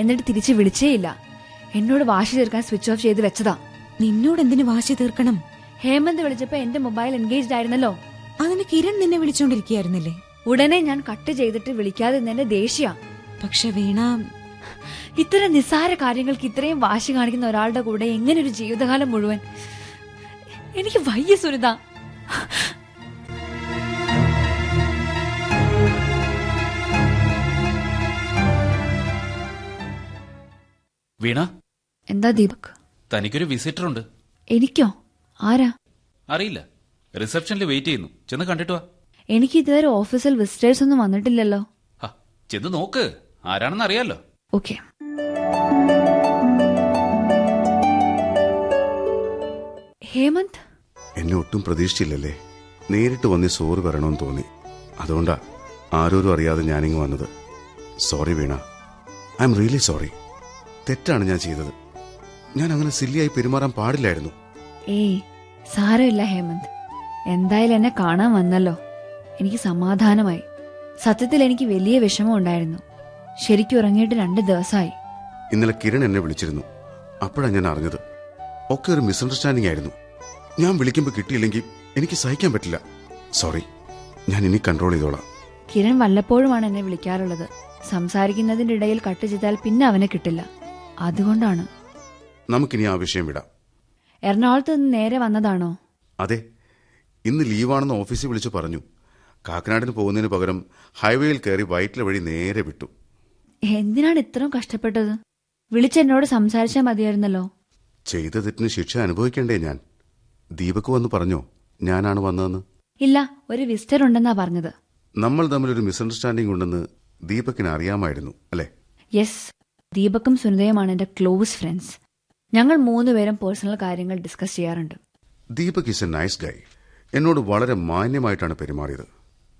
D: എന്നിട്ട് തിരിച്ച് വിളിച്ചേയില്ല എന്നോട് വാശി തീർക്കാൻ സ്വിച്ച് ഓഫ് ചെയ്ത് വെച്ചതാ
F: നിന്നോട് എന്തിനു വാശി തീർക്കണം
D: ഹേമന്ത് വിളിച്ചപ്പോൾ എൻ്റെ മൊബൈൽ എൻഗേജ്ഡ് ആയിരുന്നല്ലോ
F: അതിന് കിരൺ നിന്നെ വിളിച്ചോണ്ടിരിക്കുകയായിരുന്നില്ലേ
D: ഉടനെ ഞാൻ കട്ട് ചെയ്തിട്ട് വിളിക്കാതെ നിന്നെ ദേഷ്യ
F: പക്ഷെ വീണ
D: ഇത്തരം നിസ്സാര കാര്യങ്ങൾക്ക് ഇത്രയും വാശി കാണിക്കുന്ന ഒരാളുടെ കൂടെ എങ്ങനെ ഒരു ജീവിതകാലം മുഴുവൻ എനിക്ക് വയ്യ സുനിത
E: വീണ
D: എന്താ ദീപക്
E: തനിക്കൊരു വിസിറ്റർ ഉണ്ട്
D: എനിക്കോ ആരാ
E: അറിയില്ല റിസപ്ഷനിൽ വെയിറ്റ് ചെയ്യുന്നു ചെന്ന് കണ്ടിട്ട് വാ
D: എനിക്ക് ഇതുവരെ ഓഫീസിൽ വിസിറ്റേഴ്സ് ഒന്നും വന്നിട്ടില്ലല്ലോ
E: ഹ, ചെന്ന് നോക്ക് ആരാണെന്ന് അറിയാലോ
D: ഓക്കെ ഹേമന്ത്
J: എന്നെ ഒട്ടും പ്രതീക്ഷിച്ചില്ലല്ലേ നേരിട്ട് വന്ന് സോറി പറയണമെന്ന് തോന്നി അതുകൊണ്ടാ ആരോരും അറിയാതെ ഞാനിങ്ങ് വന്നത് sorry Veena I M really sorry തെറ്റാണ് ഞാൻ ചെയ്തത് ഞാൻ അങ്ങനെ സില്ലിയായി പെരുമാറാൻ പാടില്ലായിരുന്നു
D: ഏയ് സാരമില്ല ഹേമന്ത് എന്തായാലും എന്നെ കാണാൻ വന്നല്ലോ എനിക്ക് സമാധാനമായി സത്യത്തിൽ എനിക്ക് വലിയ വിഷമം ഉണ്ടായിരുന്നു ശരിക്കും ഉറങ്ങിയിട്ട് രണ്ട് ദിവസമായി
J: ഇന്നലെ കിരൺ എന്നെ വിളിച്ചിരുന്നു അപ്പോഴാണ് ഞാൻ അറിഞ്ഞത് ഒക്കെ ഒരു മിസ്അണ്ടർസ്റ്റാൻഡിംഗ് ആയിരുന്നു ഞാൻ വിളിക്കുമ്പോൾ കിട്ടിയില്ലെങ്കിൽ എനിക്ക് സഹിക്കാൻ പറ്റില്ല സോറി ഞാൻ ഇനി കൺട്രോൾ ചെയ്തോളാം
D: കിരൺ വല്ലപ്പോഴുമാണ് എന്നെ വിളിക്കാറുള്ളത് സംസാരിക്കുന്നതിൻ്റെ ഇടയിൽ കട്ട് ചെയ്താൽ പിന്നെ അവനെ കിട്ടില്ല അതുകൊണ്ടാണ്
J: നമുക്കിനി ആ വിഷയം വിടാം
D: എറണാകുളത്ത് നിന്ന് നേരെ വന്നതാണോ
J: അതെ ഇന്ന് ലീവാണെന്ന് ഓഫീസിൽ വിളിച്ചു പറഞ്ഞു കാക്കനാടിന് പോകുന്നതിന് പകരം ഹൈവേയിൽ കയറി വൈറ്റില വഴി നേരെ വിട്ടു
D: എന്തിനാണ് ഇത്രയും കഷ്ടപ്പെട്ടത് വിളിച്ചെന്നോട് സംസാരിച്ചാൽ മതിയായിരുന്നല്ലോ
J: ചെയ്ത തെറ്റിന് ശിക്ഷ അനുഭവിക്കണ്ടേ ഞാൻ ദീപക്ക് വന്ന് പറഞ്ഞോ ഞാനാണ് വന്നതെന്ന്
D: ഇല്ല ഒരു വിസ്റ്റർ ഉണ്ടെന്നാ പറഞ്ഞത്
J: നമ്മൾ തമ്മിലൊരു മിസ്അണ്ടർസ്റ്റാൻഡിംഗ് ഉണ്ടെന്ന് ദീപക്കിന് അറിയാമായിരുന്നു അല്ലേ
D: യെസ് ദീപക്കും സുനിതയുമാണ് എന്റെ ക്ലോസ് ഫ്രണ്ട്സ് ഞങ്ങൾ മൂന്നുപേരും പേഴ്സണൽ കാര്യങ്ങൾ ഡിസ്കസ് ചെയ്യാറുണ്ട്
J: Deepak is a nice guy എന്നോട് വളരെ മാന്യമായിട്ടാണ് പെരുമാറിയത്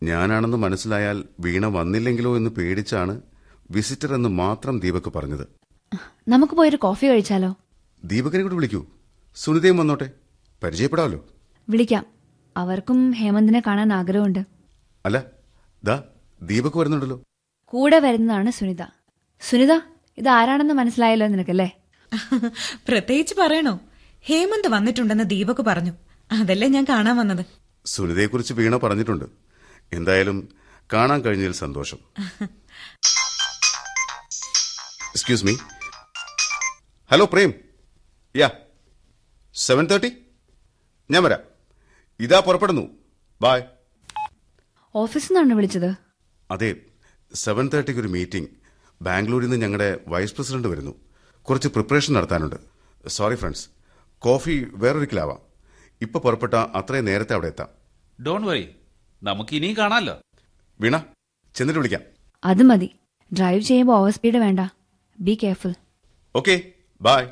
J: ഞാനാണെന്ന് മനസ്സിലായാൽ വീണ വന്നില്ലെങ്കിലോ എന്ന് പേടിച്ചാണ് വിസിറ്റർ എന്ന് മാത്രം ദീപക് പറഞ്ഞത്
D: നമുക്ക് പോയൊരു കോഫി കഴിച്ചാലോ
J: ദീപകിനെ കൂടി വിളിക്കൂ സുനിതയും വന്നോട്ടെ പരിചയപ്പെടാമല്ലോ
D: വിളിക്കാം അവർക്കും ഹേമന്തിനെ കാണാൻ ആഗ്രഹമുണ്ട്
J: അല്ല ദാ ദീപക് വരുന്നുണ്ടല്ലോ
D: കൂടെ വരുന്നതാണ് സുനിത സുനിത ഇത് ആരാണെന്ന് മനസ്സിലായല്ലോ നിനക്കല്ലേ
F: പ്രത്യേകിച്ച് പറയണോ ഹേമന്ത് വന്നിട്ടുണ്ടെന്ന് ദീപക് പറഞ്ഞു അതല്ലേ ഞാൻ കാണാൻ വന്നത്
J: സുനിതയെക്കുറിച്ച് വീണ പറഞ്ഞിട്ടുണ്ട് എന്തായാലും കാണാൻ കഴിഞ്ഞതിൽ സന്തോഷം excuse me hello Prem yeah seven thirty ഞാൻ വരാം ഇതാ പുറപ്പെടുന്നു ബായ്
D: ഓഫീസിൽ നിന്നാണ് വിളിച്ചത്
J: അതെ സെവൻ തേർട്ടിക്ക് ഒരു മീറ്റിംഗ് ബാംഗ്ലൂരിൽ നിന്ന് ഞങ്ങളുടെ വൈസ് പ്രസിഡന്റ് വരുന്നു കുറച്ച് പ്രിപ്പറേഷൻ നടത്താനുണ്ട് സോറി ഫ്രണ്ട്സ് കോഫി വേറൊരിക്കലാവാം ഇപ്പൊ പുറപ്പെട്ട അത്രയും നേരത്തെ അവിടെ എത്താം
E: ഡോണ്ട് വറി നമുക്ക് ഇനിയും കാണാമല്ലോ
J: വീണ ചെന്നിട്ട് വിളിക്കാം
D: അത് മതി ഡ്രൈവ് ചെയ്യുമ്പോൾ ഓവർ സ്പീഡ് വേണ്ട be careful
J: okay bye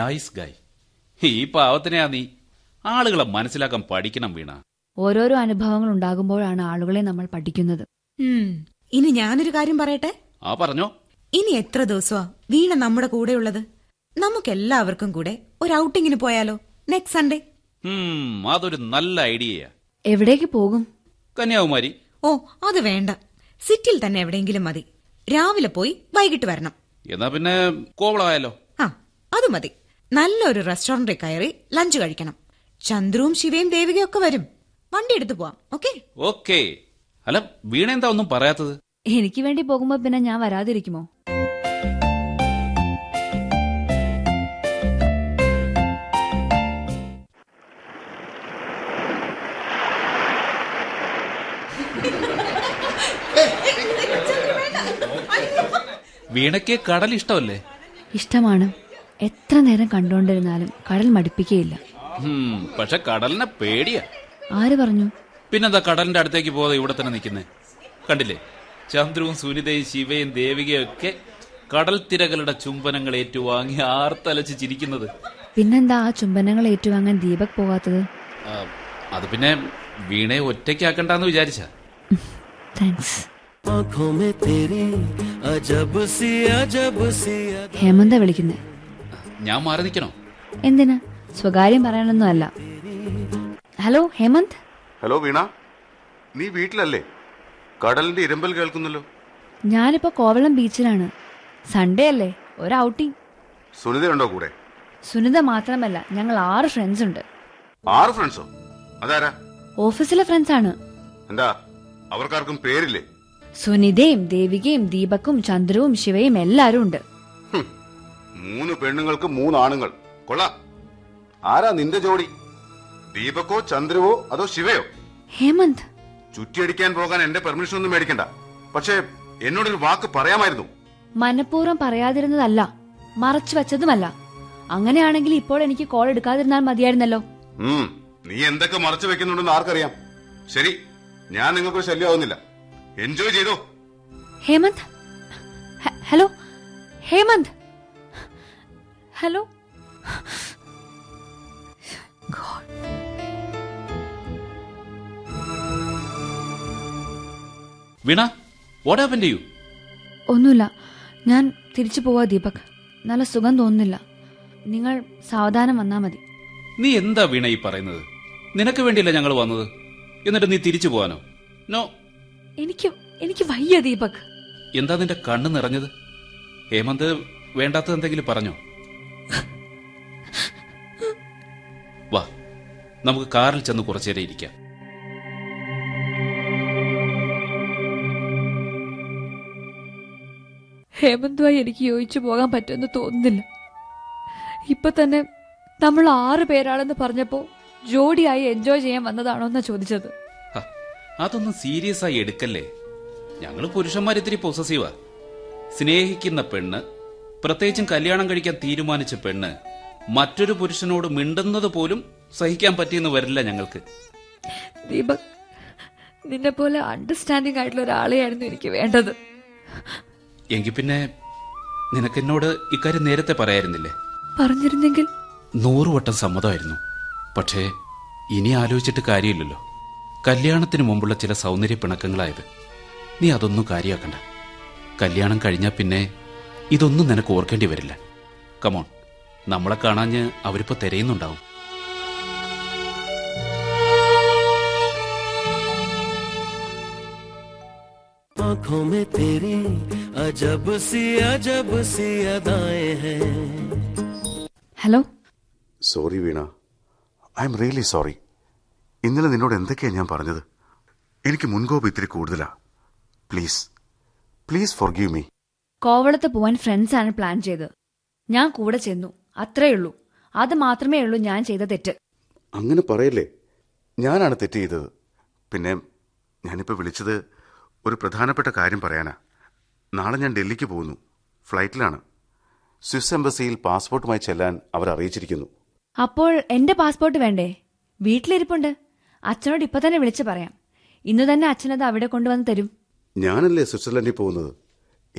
E: nice guy ഈ പാവത്തിനെയാ നീ ആളുകളെ മനസ്സിലാക്കാൻ പഠിക്കണം വീണ
D: ഓരോരോ അനുഭവങ്ങൾ ഉണ്ടാകുമ്പോഴാണ് ആളുകളെ നമ്മൾ പഠിക്കുന്നത്
F: ഉം. ഇനി ഞാനൊരു കാര്യം പറയട്ടെ
E: ആ പറഞ്ഞോ
F: ഇനി എത്ര ദിവസമാ വീണ നമ്മുടെ കൂടെയുള്ളത് നമുക്കെല്ലാവർക്കും കൂടെ ഒരു ഔട്ടിങ്ങിന് പോയാലോ നെക്സ്റ്റ് സൺഡേ
E: ഹും, അതൊരു നല്ല ഐഡിയയാ
D: എവിടേക്ക് പോകും
E: കന്യാകുമാരി
F: ഓ അത് വേണ്ട സിറ്റിയിൽ തന്നെ എവിടെയെങ്കിലും മതി രാവിലെ പോയി വൈകിട്ട് വരണം
E: എന്നാ പിന്നെ കോവളമായാലോ
F: ആ അത് മതി നല്ലൊരു റെസ്റ്റോറന്റിൽ കയറി ലഞ്ച് കഴിക്കണം ചന്ദ്രുവും ശിവയും ദേവികയും ഒക്കെ വരും വണ്ടി എടുത്തു പോവാം ഓക്കെ
E: ഓക്കേ അല്ല വീണ എന്താ ഒന്നും പറയാത്തത്
D: എനിക്ക് വേണ്ടി പോകുമ്പോൾ പിന്നെ ഞാൻ വരാതിരിക്കുമോ
E: വീണയ്ക്ക് കടൽ ഇഷ്ടമല്ലേ
D: ഇഷ്ടമാണ് എത്ര നേരം കണ്ടുകൊണ്ടിരുന്നാലും കടൽ മടുപ്പിക്കുകയില്ല
E: ഹും, പക്ഷെ കടലിനെ പേടിയാ
D: ആര് പറഞ്ഞു
E: പിന്നെന്താ കടലിന്റെ അടുത്തേക്ക് പോകാതെ ഇവിടെ തന്നെ നിൽക്കുന്നേ കണ്ടില്ലേ ചന്ദ്രവും സുനിതയും ശിവയും ദേവികയും ഒക്കെ കടൽ തിരകളുടെ ചുംബനങ്ങൾ ഏറ്റുവാങ്ങി ആർത്തലച്ച് ചിരിക്കുന്നത്
D: പിന്നെന്താ ആ ചുംബനങ്ങൾ ഏറ്റുവാങ്ങാൻ ദീപക് പോകാത്തത്
E: ആ, അത് പിന്നെ വീണയെ ഒറ്റയ്ക്കാക്കണ്ടെന്ന് വിചാരിച്ച
D: താങ്ക്സ്
B: आंखों में तेरी अजब सी अजब सी अदा
D: ഹേമന്ത വിളിക്കുന്നേ
E: ഞാൻ മാറി നിൽക്കണോ
D: എന്തിനാ സ്വകാര്യം പറയാനൊന്നും അല്ല ഹലോ ഹേമന്ത്
J: ഹലോ വീണ നീ വീട്ടിലല്ലേ കടലിന്റെ ഇരമ്പൽ കേൾക്കുന്നല്ലോ
D: ഞാനിപ്പോ കോവളം ബീച്ചിലാണ് സൺഡേ അല്ലേ ഒരു ഔട്ടിംഗ്
J: സുനിതയുണ്ടോ കൂടെ
D: സുനിത മാത്രമല്ല ഞങ്ങൾ ആറ് ഫ്രണ്ട്സ് ഉണ്ട്
J: ആറ് ഫ്രണ്ട്സോ അതാരാ
D: ഓഫീസിലെ ഫ്രണ്ട്സ് ആണ്
J: എന്താ അവർക്കാർക്കും പേരില്ലേ
D: സുനിതയും ദേവികയും ദീപക്കും ചന്ദ്രവും ശിവയും എല്ലാരും ഉണ്ട്
J: ഹും, മൂന്ന് പെണ്ണുങ്ങൾക്ക് മൂന്ന് ആണുങ്ങൾ കൊള്ളാം ആരാ നിന്റെ ജോഡി ദീപക്കോ ചന്ദ്രവോ അതോ ശിവയോ
D: ഹേമന്ത്
J: ചുറ്റിയടിക്കാൻ പോകാൻ എന്റെ പെർമിഷൻ ഒന്നും മേടിക്കണ്ട പക്ഷേ എന്നോടൊരു വാക്ക് പറയാമായിരുന്നു
D: മനഃപൂർവ്വം പറയാതിരുന്നതല്ല മറച്ചു വച്ചതുമല്ല അങ്ങനെയാണെങ്കിൽ ഇപ്പോൾ എനിക്ക് കോൾ എടുക്കാതിരുന്നാൽ മതിയായിരുന്നല്ലോ
J: ഉം, നീ എന്തൊക്കെ മറച്ചു വെക്കുന്നുണ്ടെന്ന് ആർക്കറിയാം ശരി ഞാൻ നിങ്ങൾക്ക് ശല്യമാവുന്നില്ല എൻജോയ് ചെയ്തോ
D: ഹേമന്ത് ഹ- hello Hemant hello
E: Veena what ചെയ്യൂ
D: ഒന്നുമില്ല ഞാൻ തിരിച്ചു പോവാ ദീപക് നല്ല സുഖം തോന്നുന്നില്ല നിങ്ങൾ സാവധാനം വന്നാൽ മതി
E: നീ എന്താ വീണ ഈ പറയുന്നത് നിനക്ക് വേണ്ടിയല്ല ഞങ്ങൾ വന്നത് എന്നിട്ട് നീ തിരിച്ചു പോകാനോ നോ
D: എനിക്ക് എനിക്ക് വയ്യ ദീപക്
E: എന്താ നിന്റെ കണ്ണ് നിറഞ്ഞത് ഹേമന്ത് വേണ്ടാത്തത് എന്തെങ്കിലും പറഞ്ഞോ വാ നമുക്ക് കാറിൽ ചെന്ന് കുറച്ചേരെ ഇരിക്കാം
K: ഹേമന്തുമായി എനിക്ക് യോജിച്ചു പോകാൻ പറ്റുമെന്ന് തോന്നുന്നില്ല ഇപ്പൊ തന്നെ നമ്മൾ ആറ് പേരാണെന്ന് പറഞ്ഞപ്പോ ജോഡിയായി എൻജോയ് ചെയ്യാൻ വന്നതാണോ എന്നാ ചോദിച്ചത്
E: ഹ, അതൊന്നും സീരിയസ് ആയി എടുക്കല്ലേ ഞങ്ങൾ പുരുഷന്മാർ ഇത്തിരി പൊസസീവാ സ്നേഹിക്കുന്ന പെണ്ണ് പ്രത്യേകിച്ചും കല്യാണം കഴിക്കാൻ തീരുമാനിച്ച പെണ്ണ് മറ്റൊരു പുരുഷനോട് മിണ്ടുന്നത് പോലും സഹിക്കാൻ പറ്റിയെന്ന് വരില്ല ഞങ്ങൾക്ക്
K: ദീപക് നിന്നെ പോലെ അണ്ടർസ്റ്റാൻഡിംഗ് ആയിട്ടുള്ള ഒരാളെയായിരുന്നു എനിക്ക് വേണ്ടത്
E: എങ്കിൽ പിന്നെ നിനക്കെന്നോട് ഇക്കാര്യം നേരത്തെ പറയായിരുന്നില്ലേ
K: പറഞ്ഞിരുന്നെങ്കിൽ
E: നൂറുവട്ടം സമ്മതമായിരുന്നു പക്ഷേ ഇനി ആലോചിച്ചിട്ട് കാര്യമില്ലല്ലോ കല്യാണത്തിന് മുമ്പുള്ള ചില സൗന്ദര്യ പിണക്കങ്ങളായത് നീ അതൊന്നും കാര്യമാക്കണ്ട കല്യാണം കഴിഞ്ഞാൽ പിന്നെ ഇതൊന്നും നിനക്ക് ഓർക്കേണ്ടി വരില്ല കമോൺ നമ്മളെ കാണാഞ്ഞ് അവരിപ്പോ തിരയുന്നുണ്ടാവും
B: आंखों में तेरी अजब सी अजब सी अदाएं हैं
D: hello
J: sorry Veena I M really sorry ഇന്നലെ നിന്നോട് എന്തൊക്കെയാ ഞാൻ പറഞ്ഞത് എനിക്ക് മുൻകോപം ഇത്തിരി കൂടുതലാ please please forgive me
D: കോവളത്ത് പോവാൻ ഫ്രണ്ട്സാണ് പ്ലാൻ ചെയ്തത് ഞാൻ കൂടെ ചെന്നു അത്രേ ഉള്ളൂ അത് മാത്രമേ ഉള്ളൂ ഞാൻ ചെയ്ത തെറ്റ്
J: അങ്ങനെ പറയല്ലേ ഞാനാണ് തെറ്റ് ചെയ്തത് പിന്നെ ഞാനിപ്പോൾ വിളിച്ചത് ഒരു പ്രധാനപ്പെട്ട കാര്യം പറയാനാ നാളെ ഞാൻ ഡൽഹിക്ക് പോകുന്നു ഫ്ലൈറ്റിലാണ് സ്വിസ് എംബസിയിൽ പാസ്പോർട്ടുമായി ചെല്ലാൻ അവർ അറിയിച്ചിരിക്കുന്നു
D: അപ്പോൾ എന്റെ പാസ്പോർട്ട് വേണ്ടേ വീട്ടിലിരിപ്പുണ്ട് അച്ഛനോട് ഇപ്പൊ തന്നെ വിളിച്ചു പറയാം ഇന്ന് തന്നെ അച്ഛനത് അവിടെ കൊണ്ടുവന്ന് തരും
J: ഞാനല്ലേ സ്വിറ്റ്സർലൻഡിൽ പോകുന്നത്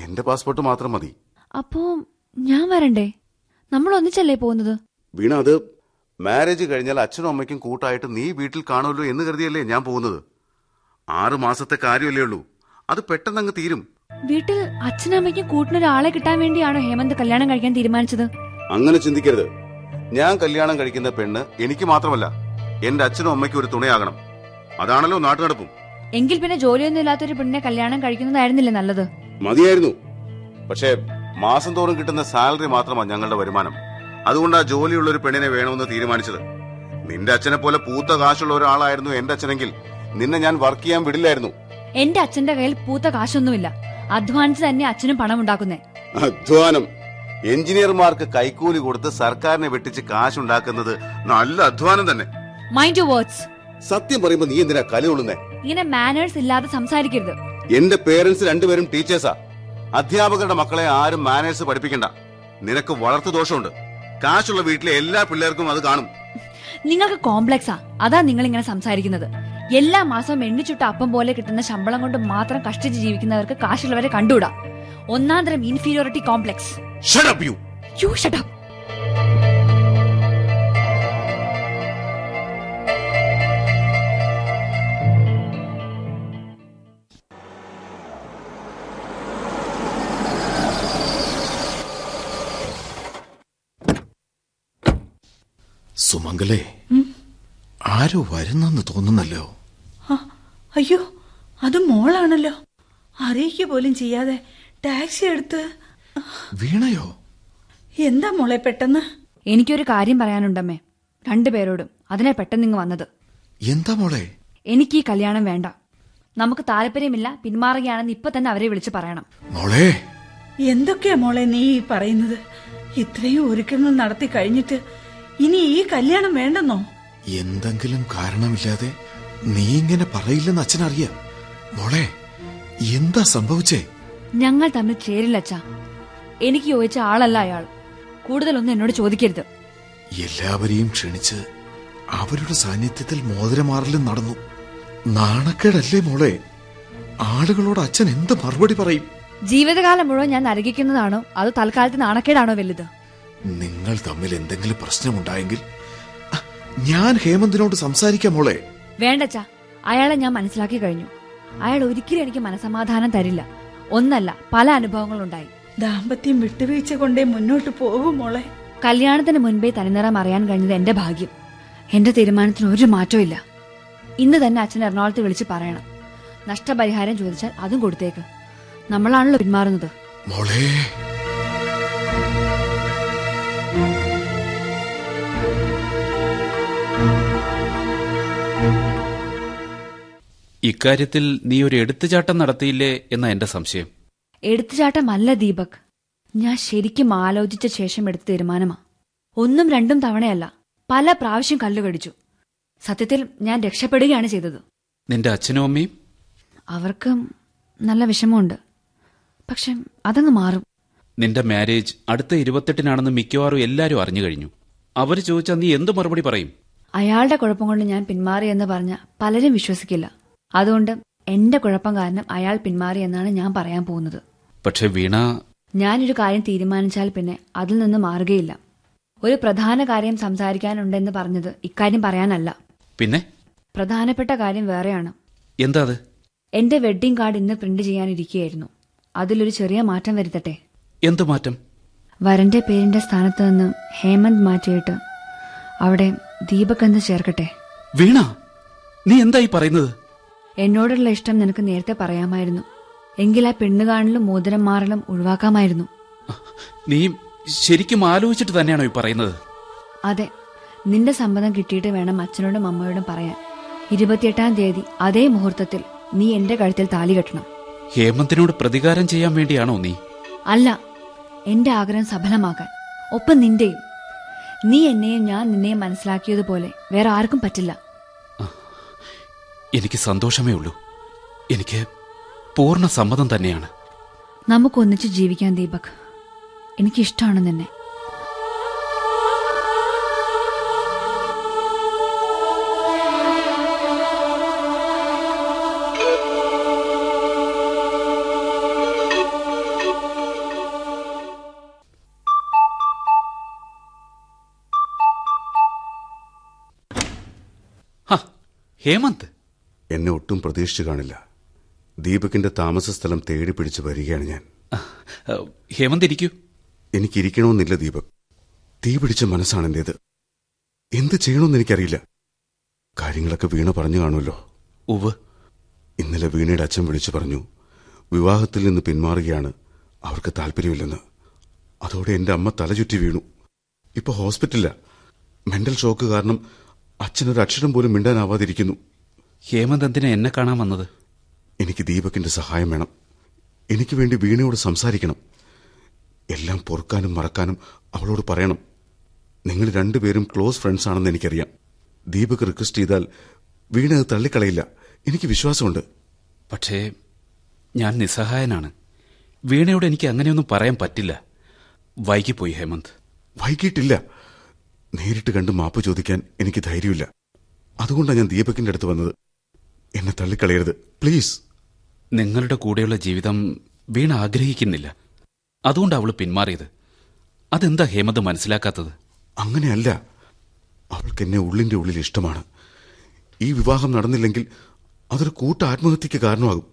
J: എൻ്റെ പാസ്പോർട്ട് മാത്രം മതി
D: അപ്പോ ഞാൻ വരണ്ടേ നമ്മൾ ഒന്നിച്ചല്ലേ പോകുന്നത്
J: വീണ അത് മാരേജ് കഴിഞ്ഞാൽ അച്ഛനും അമ്മയ്ക്കും കൂട്ടായിട്ട് നീ വീട്ടിൽ കാണുമല്ലോ എന്ന് കരുതിയല്ലേ ഞാൻ പോകുന്നത് ആറ് മാസത്തെ കാര്യമല്ലേ ഉള്ളൂ അത് പെട്ടെന്നങ്ങ് തീരും
D: വീട്ടിൽ അച്ഛനമ്മയ്ക്കും കൂട്ടിനൊരാളെ കിട്ടാൻ വേണ്ടിയാണോ ഹേമന്ത് കല്യാണം കഴിക്കാൻ തീരുമാനിച്ചത്
J: അങ്ങനെ ചിന്തിക്കരുത് ഞാൻ കല്യാണം കഴിക്കുന്ന പെണ്ണ് എനിക്ക് മാത്രമല്ല എന്റെ അച്ഛനും അമ്മയ്ക്കും ഒരു തുണയാകണം അതാണല്ലോ നാട്ടുനടപ്പും
D: എങ്കിൽ പിന്നെ ജോലിയൊന്നും ഇല്ലാത്തൊരു പെണ്ണിനെ കല്യാണം കഴിക്കുന്നതായിരുന്നില്ലേ നല്ലത്
J: മതിയായിരുന്നു പക്ഷേ മാസം തോറും കിട്ടുന്ന സാലറി മാത്രമാണ് ഞങ്ങളുടെ വരുമാനം അതുകൊണ്ട് ആ ജോലിയുള്ള ഒരു പെണ്ണിനെ വേണമെന്ന് തീരുമാനിച്ചത് നിന്റെ അച്ഛനെ പോലെ പൂത്ത കാശുള്ള ഒരാളായിരുന്നു എന്റെ അച്ഛനെങ്കിൽ നിന്നെ ഞാൻ വർക്ക് ചെയ്യാൻ വിടില്ലായിരുന്നു
D: എന്റെ അച്ഛന്റെ കയ്യിൽ പൂത്ത കാശൊന്നുമില്ല അധ്വാനിച്ച് തന്നെ അച്ഛനും പണം ഉണ്ടാക്കുന്നേ
J: അധ്വാനം എഞ്ചിനീയർമാർക്ക് കൈക്കൂലി കൊടുത്ത് സർക്കാരിനെ വെട്ടിച്ച് കാശുണ്ടാക്കുന്നത് നല്ല അധ്വാനം തന്നെ
D: മൈൻഡ് യു വേർഡ്സ്
J: സത്യം പറയുമ്പോ നീ എന്തിനാ കലി കൊള്ളുന്നേ
D: ഇങ്ങനെ മാനേഴ്സ് ഇല്ലാതെ സംസാരിക്കരുത്
J: എന്റെ പേരൻസ് രണ്ടുപേരും ടീച്ചേഴ്സാ അധ്യാപകരുടെ മക്കളെ ആരും മാനേഴ്സ് പഠിപ്പിക്കണ്ട നിനക്ക് വളർത്തു ദോഷമുണ്ട് കാശുള്ള വീട്ടിലെ എല്ലാ പിള്ളേർക്കും അത് കാണും
D: നിങ്ങൾക്ക് കോംപ്ലക്സാ അതാ നിങ്ങൾ ഇങ്ങനെ സംസാരിക്കുന്നത് എല്ലാ മാസവും എണ്ണിച്ചുട്ട അപ്പം പോലെ കിട്ടുന്ന ശമ്പളം കൊണ്ട് മാത്രം കഷ്ടിച്ച് ജീവിക്കുന്നവർക്ക് കാശുള്ളവരെ കണ്ടുകൂടാ ഒന്നാം തരം inferiority complex
J: Shut up, you!
D: You shut
G: സുമംഗലേ ആരോ വരുന്നെന്ന് തോന്നുന്നല്ലോ
L: ആ, അയ്യോ അത് മോളാണല്ലോ അറിയിക്കുക പോലും ചെയ്യാതെ ടാക്സി എടുത്ത്
G: വീണയോ
L: എന്താ മോളെ പെട്ടെന്ന്
D: എനിക്കൊരു കാര്യം പറയാനുണ്ടമ്മേ രണ്ടുപേരോടും അതിനെ പെട്ടെന്ന് ഇങ്ങ് വന്നത്
G: എന്താ മോളെ
D: എനിക്ക് ഈ കല്യാണം വേണ്ട നമുക്ക് താല്പര്യമില്ല പിന്മാറുകയാണെന്ന് ഇപ്പൊ തന്നെ അവരെ വിളിച്ച് പറയണം
G: മോളെ
L: എന്തൊക്കെയാ മോളെ നീ ഈ പറയുന്നത് ഇത്രയും ഒരുക്കങ്ങൾ നടത്തി കഴിഞ്ഞിട്ട് ഇനി ഈ കല്യാണം വേണ്ടെന്നോ
G: എന്തെങ്കിലും കാരണമില്ലാതെ നീ ഇങ്ങനെ പറയില്ലെന്ന് അച്ഛനറിയാം മോളെ എന്താ സംഭവിച്ചേ
D: ഞങ്ങൾ തമ്മിൽ ചേരില്ല അച്ഛാ എനിക്ക് യോജിച്ച ആളല്ല അയാൾ കൂടുതലൊന്നും എന്നോട് ചോദിക്കരുത്
G: എല്ലാവരെയും ക്ഷണിച്ച് അവരുടെ സാന്നിധ്യത്തിൽ മോതിരമാറലും നടന്നു നാണക്കേടല്ലേ മോളെ ആളുകളോട് അച്ഛൻ എന്ത് മറുപടി പറയും
D: ജീവിതകാലം മുഴുവൻ ഞാൻ നരകിക്കുന്നതാണോ അത് തൽക്കാലത്ത് നാണക്കേടാണോ വലുത്
G: നിങ്ങൾ തമ്മിൽ എന്തെങ്കിലും പ്രശ്നമുണ്ടായെങ്കിൽ അ, ഞാൻ ഹേമന്തിനോട് സംസാരിക്കാം മോളെ
D: വേണ്ടച്ചാ അയാളെ ഞാൻ മനസ്സിലാക്കി കഴിഞ്ഞു അയാൾ ഒരിക്കലും എനിക്ക് മനസമാധാനം തരില്ല ഒന്നല്ല പല അനുഭവങ്ങളുണ്ടായി
L: ദാമ്പത്യം വിട്ടുവീഴ്ച കൊണ്ടേ മുന്നോട്ട് പോകും മോളെ
D: കല്യാണത്തിന് മുൻപേ തനിനിറം അറിയാൻ കഴിഞ്ഞത് എന്റെ ഭാഗ്യം എന്റെ തീരുമാനത്തിന് ഒരു മാറ്റവും ഇല്ല ഇന്ന് തന്നെ അച്ഛൻ എറണാകുളത്ത് വിളിച്ച് പറയണം നഷ്ടപരിഹാരം ചോദിച്ചാൽ അതും കൊടുത്തേക്ക് നമ്മളാണല്ലോ പിന്മാറുന്നത്
G: മോളെ
E: ഇക്കാര്യത്തിൽ നീ ഒരു എടുത്തുചാട്ടം നടത്തിയില്ലേ എന്ന എന്റെ സംശയം
D: എടുത്തുചാട്ടമല്ല ദീപക് ഞാൻ ശരിക്കും ആലോചിച്ച ശേഷം എടുത്ത തീരുമാനമാ ഒന്നും രണ്ടും തവണയല്ല പല പ്രാവശ്യം കല്ലുകടിച്ചു സത്യത്തിൽ ഞാൻ രക്ഷപ്പെടുകയാണ് ചെയ്തത്
E: നിന്റെ അച്ഛനും അമ്മയും
D: അവർക്ക് നല്ല വിഷമമുണ്ട് പക്ഷെ അതങ്ങ് മാറും
E: നിന്റെ മാരേജ് അടുത്ത ഇരുപത്തെട്ടിനാണെന്ന് മിക്കവാറും എല്ലാരും അറിഞ്ഞു കഴിഞ്ഞു അവര് ചോദിച്ചാൽ നീ എന്ത് മറുപടി പറയും
D: അയാളുടെ കുഴപ്പം കൊണ്ട് ഞാൻ പിന്മാറി എന്ന് പറഞ്ഞ പലരും വിശ്വസിക്കില്ല അതുകൊണ്ട് എന്റെ കുഴപ്പം കാരണം അയാൾ പിന്മാറി എന്നാണ് ഞാൻ പറയാൻ പോകുന്നത്
E: പക്ഷെ വീണ
D: ഞാനൊരു കാര്യം തീരുമാനിച്ചാൽ പിന്നെ അതിൽ നിന്ന് മാറുകയില്ല ഒരു പ്രധാന കാര്യം സംസാരിക്കാനുണ്ടെന്ന് പറഞ്ഞത് ഇക്കാര്യം പറയാനല്ല
E: പിന്നെ
D: പ്രധാനപ്പെട്ട കാര്യം വേറെയാണ്
E: എന്താ അത്
D: എന്റെ വെഡ്ഡിംഗ് കാർഡ് ഇന്ന് പ്രിന്റ് ചെയ്യാനിരിക്കുകയായിരുന്നു അതിലൊരു ചെറിയ മാറ്റം വരുത്തട്ടെ
E: എന്ത് മാറ്റം
D: വരന്റെ പേരിന്റെ സ്ഥാനത്ത് നിന്ന് ഹേമന്ത് മാറ്റിയിട്ട് അവിടെ ദീപക് എന്ന് ചേർക്കട്ടെ
E: വീണ നീ എന്തായി പറയുന്നത്
D: എന്നോടുള്ള ഇഷ്ടം നിനക്ക് നേരത്തെ പറയാമായിരുന്നു എങ്കിൽ ആ പെണ്ണുകാണലും മോതിരം മാറലും ഒഴിവാക്കാമായിരുന്നു
E: നീ ശരിക്കും ആലോചിച്ചിട്ട് തന്നെയാണോ ഈ പറയുന്നത്
D: അതെ നിന്റെ സമ്മതം കിട്ടിയിട്ട് വേണം അച്ഛനോടും അമ്മയോടും പറയാൻ ഇരുപത്തിയെട്ടാം തീയതി അതേ മുഹൂർത്തത്തിൽ നീ എന്റെ കഴുത്തിൽ താലി കെട്ടണം
E: ഹേമന്തിനോട് പ്രതികാരം ചെയ്യാൻ വേണ്ടിയാണോ നീ
D: അല്ല എന്റെ ആഗ്രഹം സഫലമാക്കാൻ ഒപ്പം നിന്റെയും നീ എന്നെയും ഞാൻ നിന്നെയും മനസ്സിലാക്കിയതുപോലെ വേറെ ആർക്കും പറ്റില്ല
E: എനിക്ക് സന്തോഷമേ ഉള്ളൂ എനിക്ക് പൂർണ്ണ സമ്മതം തന്നെയാണ്
D: നമുക്കൊന്നിച്ച് ജീവിക്കാൻ ദീപക് എനിക്കിഷ്ടമാണ് നിന്നെ
E: ഹേമന്ത്
J: എന്നെ ഒട്ടും പ്രതീക്ഷിച്ചു കാണില്ല ദീപകിന്റെ താമസ സ്ഥലം തേടി പിടിച്ച് വരികയാണ് ഞാൻ
E: ഹേമന്ത് ഇരിക്കൂ
J: എനിക്കിരിക്കണമെന്നില്ല ദീപക് തീ പിടിച്ച മനസ്സാണ് എന്റേത് എന്ത് ചെയ്യണമെന്ന് എനിക്കറിയില്ല കാര്യങ്ങളൊക്കെ വീണ പറഞ്ഞു കാണുമല്ലോ
E: ഉവ്
J: ഇന്നലെ വീണയുടെ അച്ഛൻ വിളിച്ചു പറഞ്ഞു വിവാഹത്തിൽ നിന്ന് പിന്മാറുകയാണ് അവർക്ക് താല്പര്യമില്ലെന്ന് അതോടെ എന്റെ അമ്മ തലചുറ്റി വീണു ഇപ്പൊ ഹോസ്പിറ്റലില്ല മെന്റൽ ഷോക്ക് കാരണം അച്ഛനൊരു അക്ഷരം പോലും മിണ്ടാനാവാതിരിക്കുന്നു
E: ഹേമന്ത് എന്തിനാ എന്നെ കാണാൻ വന്നത്
J: എനിക്ക് ദീപകിന്റെ സഹായം വേണം എനിക്ക് വേണ്ടി വീണയോട് സംസാരിക്കണം എല്ലാം പൊറുക്കാനും മറക്കാനും അവളോട് പറയണം നിങ്ങൾ രണ്ടുപേരും ക്ലോസ് ഫ്രണ്ട്സ് ആണെന്ന് എനിക്കറിയാം ദീപക് റിക്വസ്റ്റ് ചെയ്താൽ വീണ അത് തള്ളിക്കളയില്ല എനിക്ക് വിശ്വാസമുണ്ട്
E: പക്ഷേ ഞാൻ നിസ്സഹായനാണ് വീണയോട് എനിക്ക് അങ്ങനെയൊന്നും പറയാൻ പറ്റില്ല വൈകിപ്പോയി ഹേമന്ത്
J: വൈകിട്ടില്ല നേരിട്ട് കണ്ട് മാപ്പ് ചോദിക്കാൻ എനിക്ക് ധൈര്യമില്ല അതുകൊണ്ടാണ് ഞാൻ ദീപകിന്റെ അടുത്ത് വന്നത് എന്നെ തള്ളിക്കളയരുത് പ്ലീസ്
E: നിങ്ങളുടെ കൂടെയുള്ള ജീവിതം വീണ ആഗ്രഹിക്കുന്നില്ല അതുകൊണ്ട് അവൾ പിന്മാറിയത് അതെന്താ ഹേമന്ത് മനസ്സിലാക്കാത്തത്
J: അങ്ങനെയല്ല അവൾക്ക് എന്നെ ഉള്ളിന്റെ ഉള്ളിൽ ഇഷ്ടമാണ് ഈ വിവാഹം നടന്നില്ലെങ്കിൽ അതൊരു കൂട്ട ആത്മഹത്യക്ക് കാരണമാകും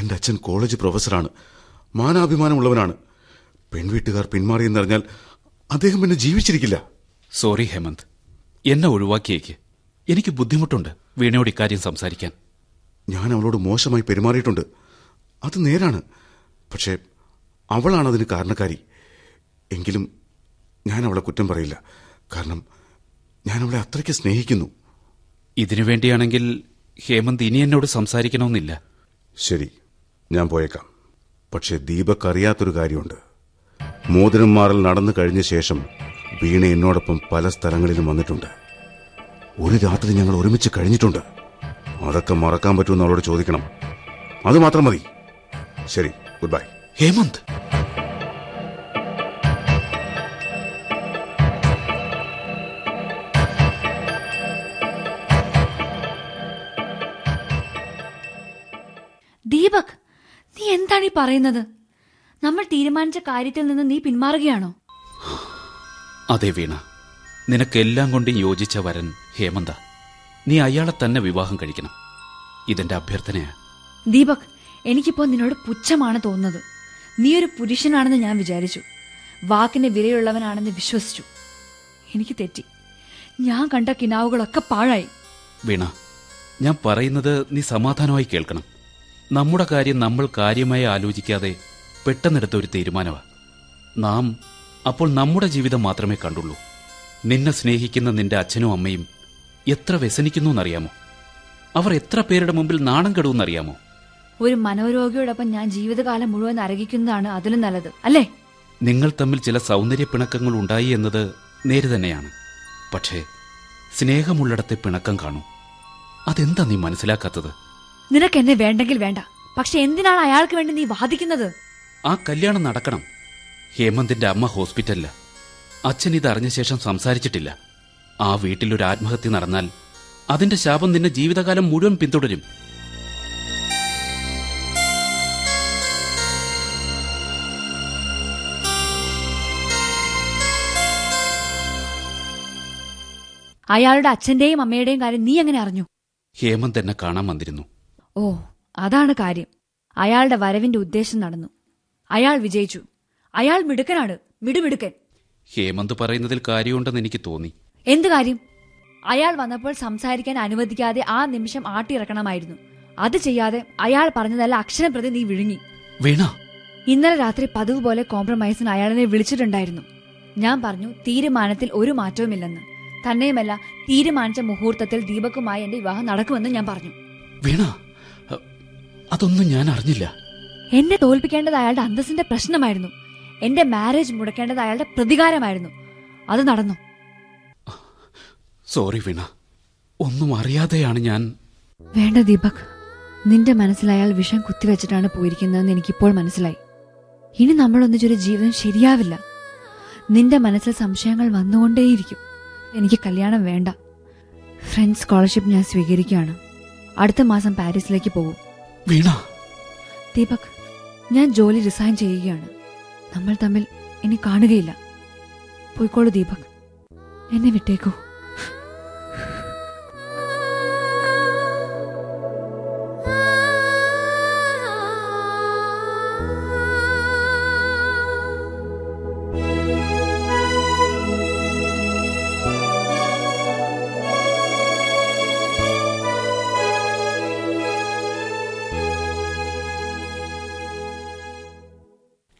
J: എന്റെ അച്ഛൻ കോളേജ് പ്രൊഫസറാണ് മാനാഭിമാനമുള്ളവനാണ് പെൺവീട്ടുകാർ പിന്മാറിയെന്നറിഞ്ഞാൽ അദ്ദേഹം പിന്നെ ജീവിച്ചിരിക്കില്ല
E: സോറി ഹേമന്ത് എന്നെ ഒഴിവാക്കിയേക്ക് എനിക്ക് ബുദ്ധിമുട്ടുണ്ട് വീണയോട് ഇക്കാര്യം സംസാരിക്കാൻ
J: ഞാൻ അവളോട് മോശമായി പെരുമാറിയിട്ടുണ്ട് അത് നേരാണ് പക്ഷേ അവളാണ് അതിന് കാരണക്കാരി എങ്കിലും ഞാൻ അവളെ കുറ്റം പറയില്ല കാരണം ഞാൻ അവളെ അത്രയ്ക്ക് സ്നേഹിക്കുന്നു
E: ഇതിനു വേണ്ടിയാണെങ്കിൽ ഹേമന്ത് ഇനി എന്നോട് സംസാരിക്കണമെന്നില്ല
J: ശരി ഞാൻ പോയേക്കാം പക്ഷേ ദീപക് അറിയാത്തൊരു കാര്യമുണ്ട് മോതിരം മാറൽ നടന്നു കഴിഞ്ഞ ശേഷം വീണ എന്നോടൊപ്പം പല സ്ഥലങ്ങളിലും വന്നിട്ടുണ്ട് ഒരു രാത്രി ഞങ്ങൾ ഒരുമിച്ച് കഴിഞ്ഞിട്ടുണ്ട് അതൊക്കെ മറക്കാൻ പറ്റുമെന്ന് അവളോട് ചോദിക്കണം അത് മാത്രം മതി ശരി ഗുഡ് ബൈ
E: ഹേമന്ത്
D: ദീപക് നീ എന്താണ് ഈ പറയുന്നത് നമ്മൾ തീരുമാനിച്ച കാര്യത്തിൽ നിന്ന് നീ പിന്മാറുകയാണോ
E: അതെ വീണ നിനക്കെല്ലാം കൊണ്ടും യോജിച്ച വരൻ ഹേമന്ത നീ അയാളെ തന്നെ വിവാഹം കഴിക്കണം ഇതെന്റെ അഭ്യർത്ഥനയാ
D: ദീപക് എനിക്കിപ്പോൾ നിന്നോട് പുച്ഛമാണ് തോന്നുന്നത് നീ ഒരു പുരുഷനാണെന്ന് ഞാൻ വിചാരിച്ചു വാക്കിന് വിലയുള്ളവനാണെന്ന് വിശ്വസിച്ചു എനിക്ക് തെറ്റി ഞാൻ കണ്ട കിനാവുകളൊക്കെ പാഴായി
E: വീണ ഞാൻ പറയുന്നത് നീ സമാധാനമായി കേൾക്കണം നമ്മുടെ കാര്യം നമ്മൾ കാര്യമായി ആലോചിക്കാതെ പെട്ടെന്നെടുത്ത ഒരു തീരുമാനമാണ് നാം അപ്പോൾ നമ്മുടെ ജീവിതം മാത്രമേ കണ്ടുള്ളൂ നിന്നെ സ്നേഹിക്കുന്ന നിന്റെ അച്ഛനും അമ്മയും എത്ര വ്യസനിക്കുന്നു എന്നറിയാമോ അവർ എത്ര പേരുടെ മുമ്പിൽ നാണം കെടുവെന്നറിയാമോ
D: ഒരു മനോരോഗിയോടൊപ്പം ഞാൻ ജീവിതകാലം മുഴുവൻ അരകിക്കുന്നതാണ് അതിലും നല്ലത് അല്ലേ
E: നിങ്ങൾ തമ്മിൽ ചില സൗന്ദര്യ പിണക്കങ്ങൾ ഉണ്ടായി എന്നത് നേര് തന്നെയാണ് പക്ഷേ സ്നേഹമുള്ളിടത്തെ പിണക്കം കാണൂ അതെന്താ നീ മനസ്സിലാക്കാത്തത്
D: നിനക്ക് എന്നെ വേണ്ടെങ്കിൽ വേണ്ട പക്ഷെ എന്തിനാണ് അയാൾക്ക് വേണ്ടി നീ വാദിക്കുന്നത്
E: ആ കല്യാണം നടക്കണം ഹേമന്തിന്റെ അമ്മ ഹോസ്പിറ്റലില്ല അച്ഛൻ ഇത് അറിഞ്ഞ ശേഷം സംസാരിച്ചിട്ടില്ല ആ വീട്ടിലൊരു ആത്മഹത്യ നടന്നാൽ അതിന്റെ ശാപം നിന്നെ ജീവിതകാലം മുഴുവൻ പിന്തുടരും
D: അയാളുടെ അച്ഛന്റെയും അമ്മയുടെയും കാര്യം നീ എങ്ങനെ അറിഞ്ഞു
E: ഹേമന്ത് എന്നെ കാണാൻ വന്നിരുന്നു
D: ഓ അതാണ് കാര്യം അയാളുടെ വരവിന്റെ ഉദ്ദേശം നടന്നു അയാൾ വിജയിച്ചു അയാൾ മിടുക്കനാണ് മിടുമിടുക്കൻ
E: ഹേമന്ത് പറയുന്നതിൽ കാര്യമുണ്ടെന്ന് എനിക്ക് തോന്നി
D: എന്ത് കാര്യം അയാൾ വന്നപ്പോൾ സംസാരിക്കാൻ അനുവദിക്കാതെ ആ നിമിഷം ആട്ടിയിറക്കണമായിരുന്നു അത് ചെയ്യാതെ അയാൾ പറഞ്ഞതല്ല അക്ഷരം പ്രതി നീ വിഴുങ്ങി
E: വീണ
D: ഇന്നലെ രാത്രി പതിവ് പോലെ കോംപ്രമൈസിന് അയാളിനെ വിളിച്ചിട്ടുണ്ടായിരുന്നു ഞാൻ പറഞ്ഞു തീരുമാനത്തിൽ ഒരു മാറ്റവുമില്ലെന്ന് തന്നെയുമല്ല തീരുമാനിച്ച മുഹൂർത്തത്തിൽ ദീപക്കുമായി എന്റെ വിവാഹം നടക്കുമെന്ന് ഞാൻ പറഞ്ഞു
E: വീണ അ- അതൊന്നും ഞാൻ അറിഞ്ഞില്ല
D: എന്നെ തോൽപ്പിക്കേണ്ടത് അയാളുടെ അന്തസ്സിന്റെ പ്രശ്നമായിരുന്നു എന്റെ മാരേജ് മുടക്കേണ്ടത് അയാളുടെ പ്രതികാരമായിരുന്നു അത് നടന്നു
E: സോറി വീണ ഒന്നും അറിയാതെയാണ് ഞാൻ
D: വേണ്ട ദീപക് നിന്റെ മനസ്സിൽ അയാൾ വിഷം കുത്തിവെച്ചിട്ടാണ് പോയിരിക്കുന്നതെന്ന് എനിക്കിപ്പോൾ മനസ്സിലായി ഇനി നമ്മൾ ഒന്നിച്ചൊരു ജീവിതം ശരിയാവില്ല നിന്റെ മനസ്സിൽ സംശയങ്ങൾ വന്നുകൊണ്ടേയിരിക്കും എനിക്ക് കല്യാണം വേണ്ട ഫ്രണ്ട്സ് സ്കോളർഷിപ്പ് ഞാൻ സ്വീകരിക്കുകയാണ് അടുത്ത മാസം പാരീസിലേക്ക് പോകും
E: വീണ
D: ദീപക് ഞാൻ ജോലി റിസൈൻ ചെയ്യുകയാണ് നമ്മൾ തമ്മിൽ ഇനി കാണുകയില്ല പോയിക്കോളൂ ദീപക് എന്നെ വിട്ടേക്കൂ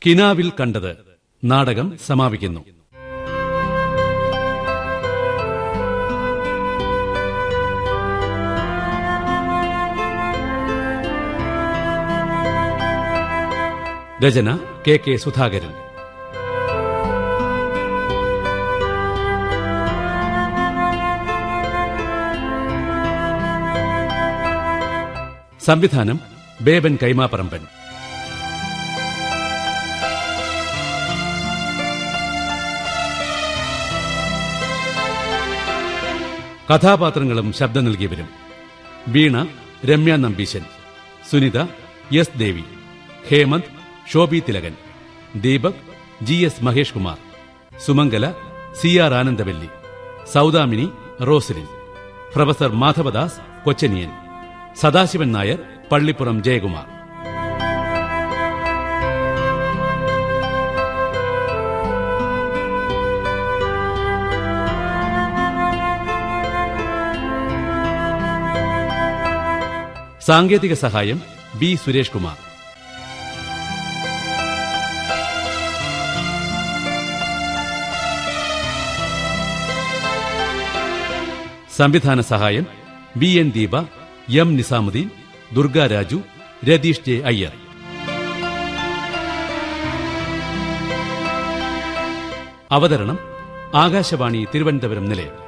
A: കിനാവിൽ കണ്ടത് നാടകം സമാപിക്കുന്നു രചന കെ കെ സുധാകരൻ സംവിധാനം ബേബൻ കൈമാപറമ്പൻ കഥാപാത്രങ്ങളും ശബ്ദം നൽകിയവരും Veena Ramya Nambeesan Sunitha S Devi Hemant Shobhi Thilakan Deepak G S Mahesh Kumar Sumangala C R Anandavalli Saudamini Rosalin professor Madhavadas Kochaniyan Sadasivan Nair Pallippuram Jayakumar സാങ്കേതിക സഹായം ബി സുരേഷ് കുമാർ സംവിധാന സഹായം B N Deepa M Nizamuddin Durga Raju Ratheesh J Iyer അവതരണം ആകാശവാണി തിരുവനന്തപുരം നിലയം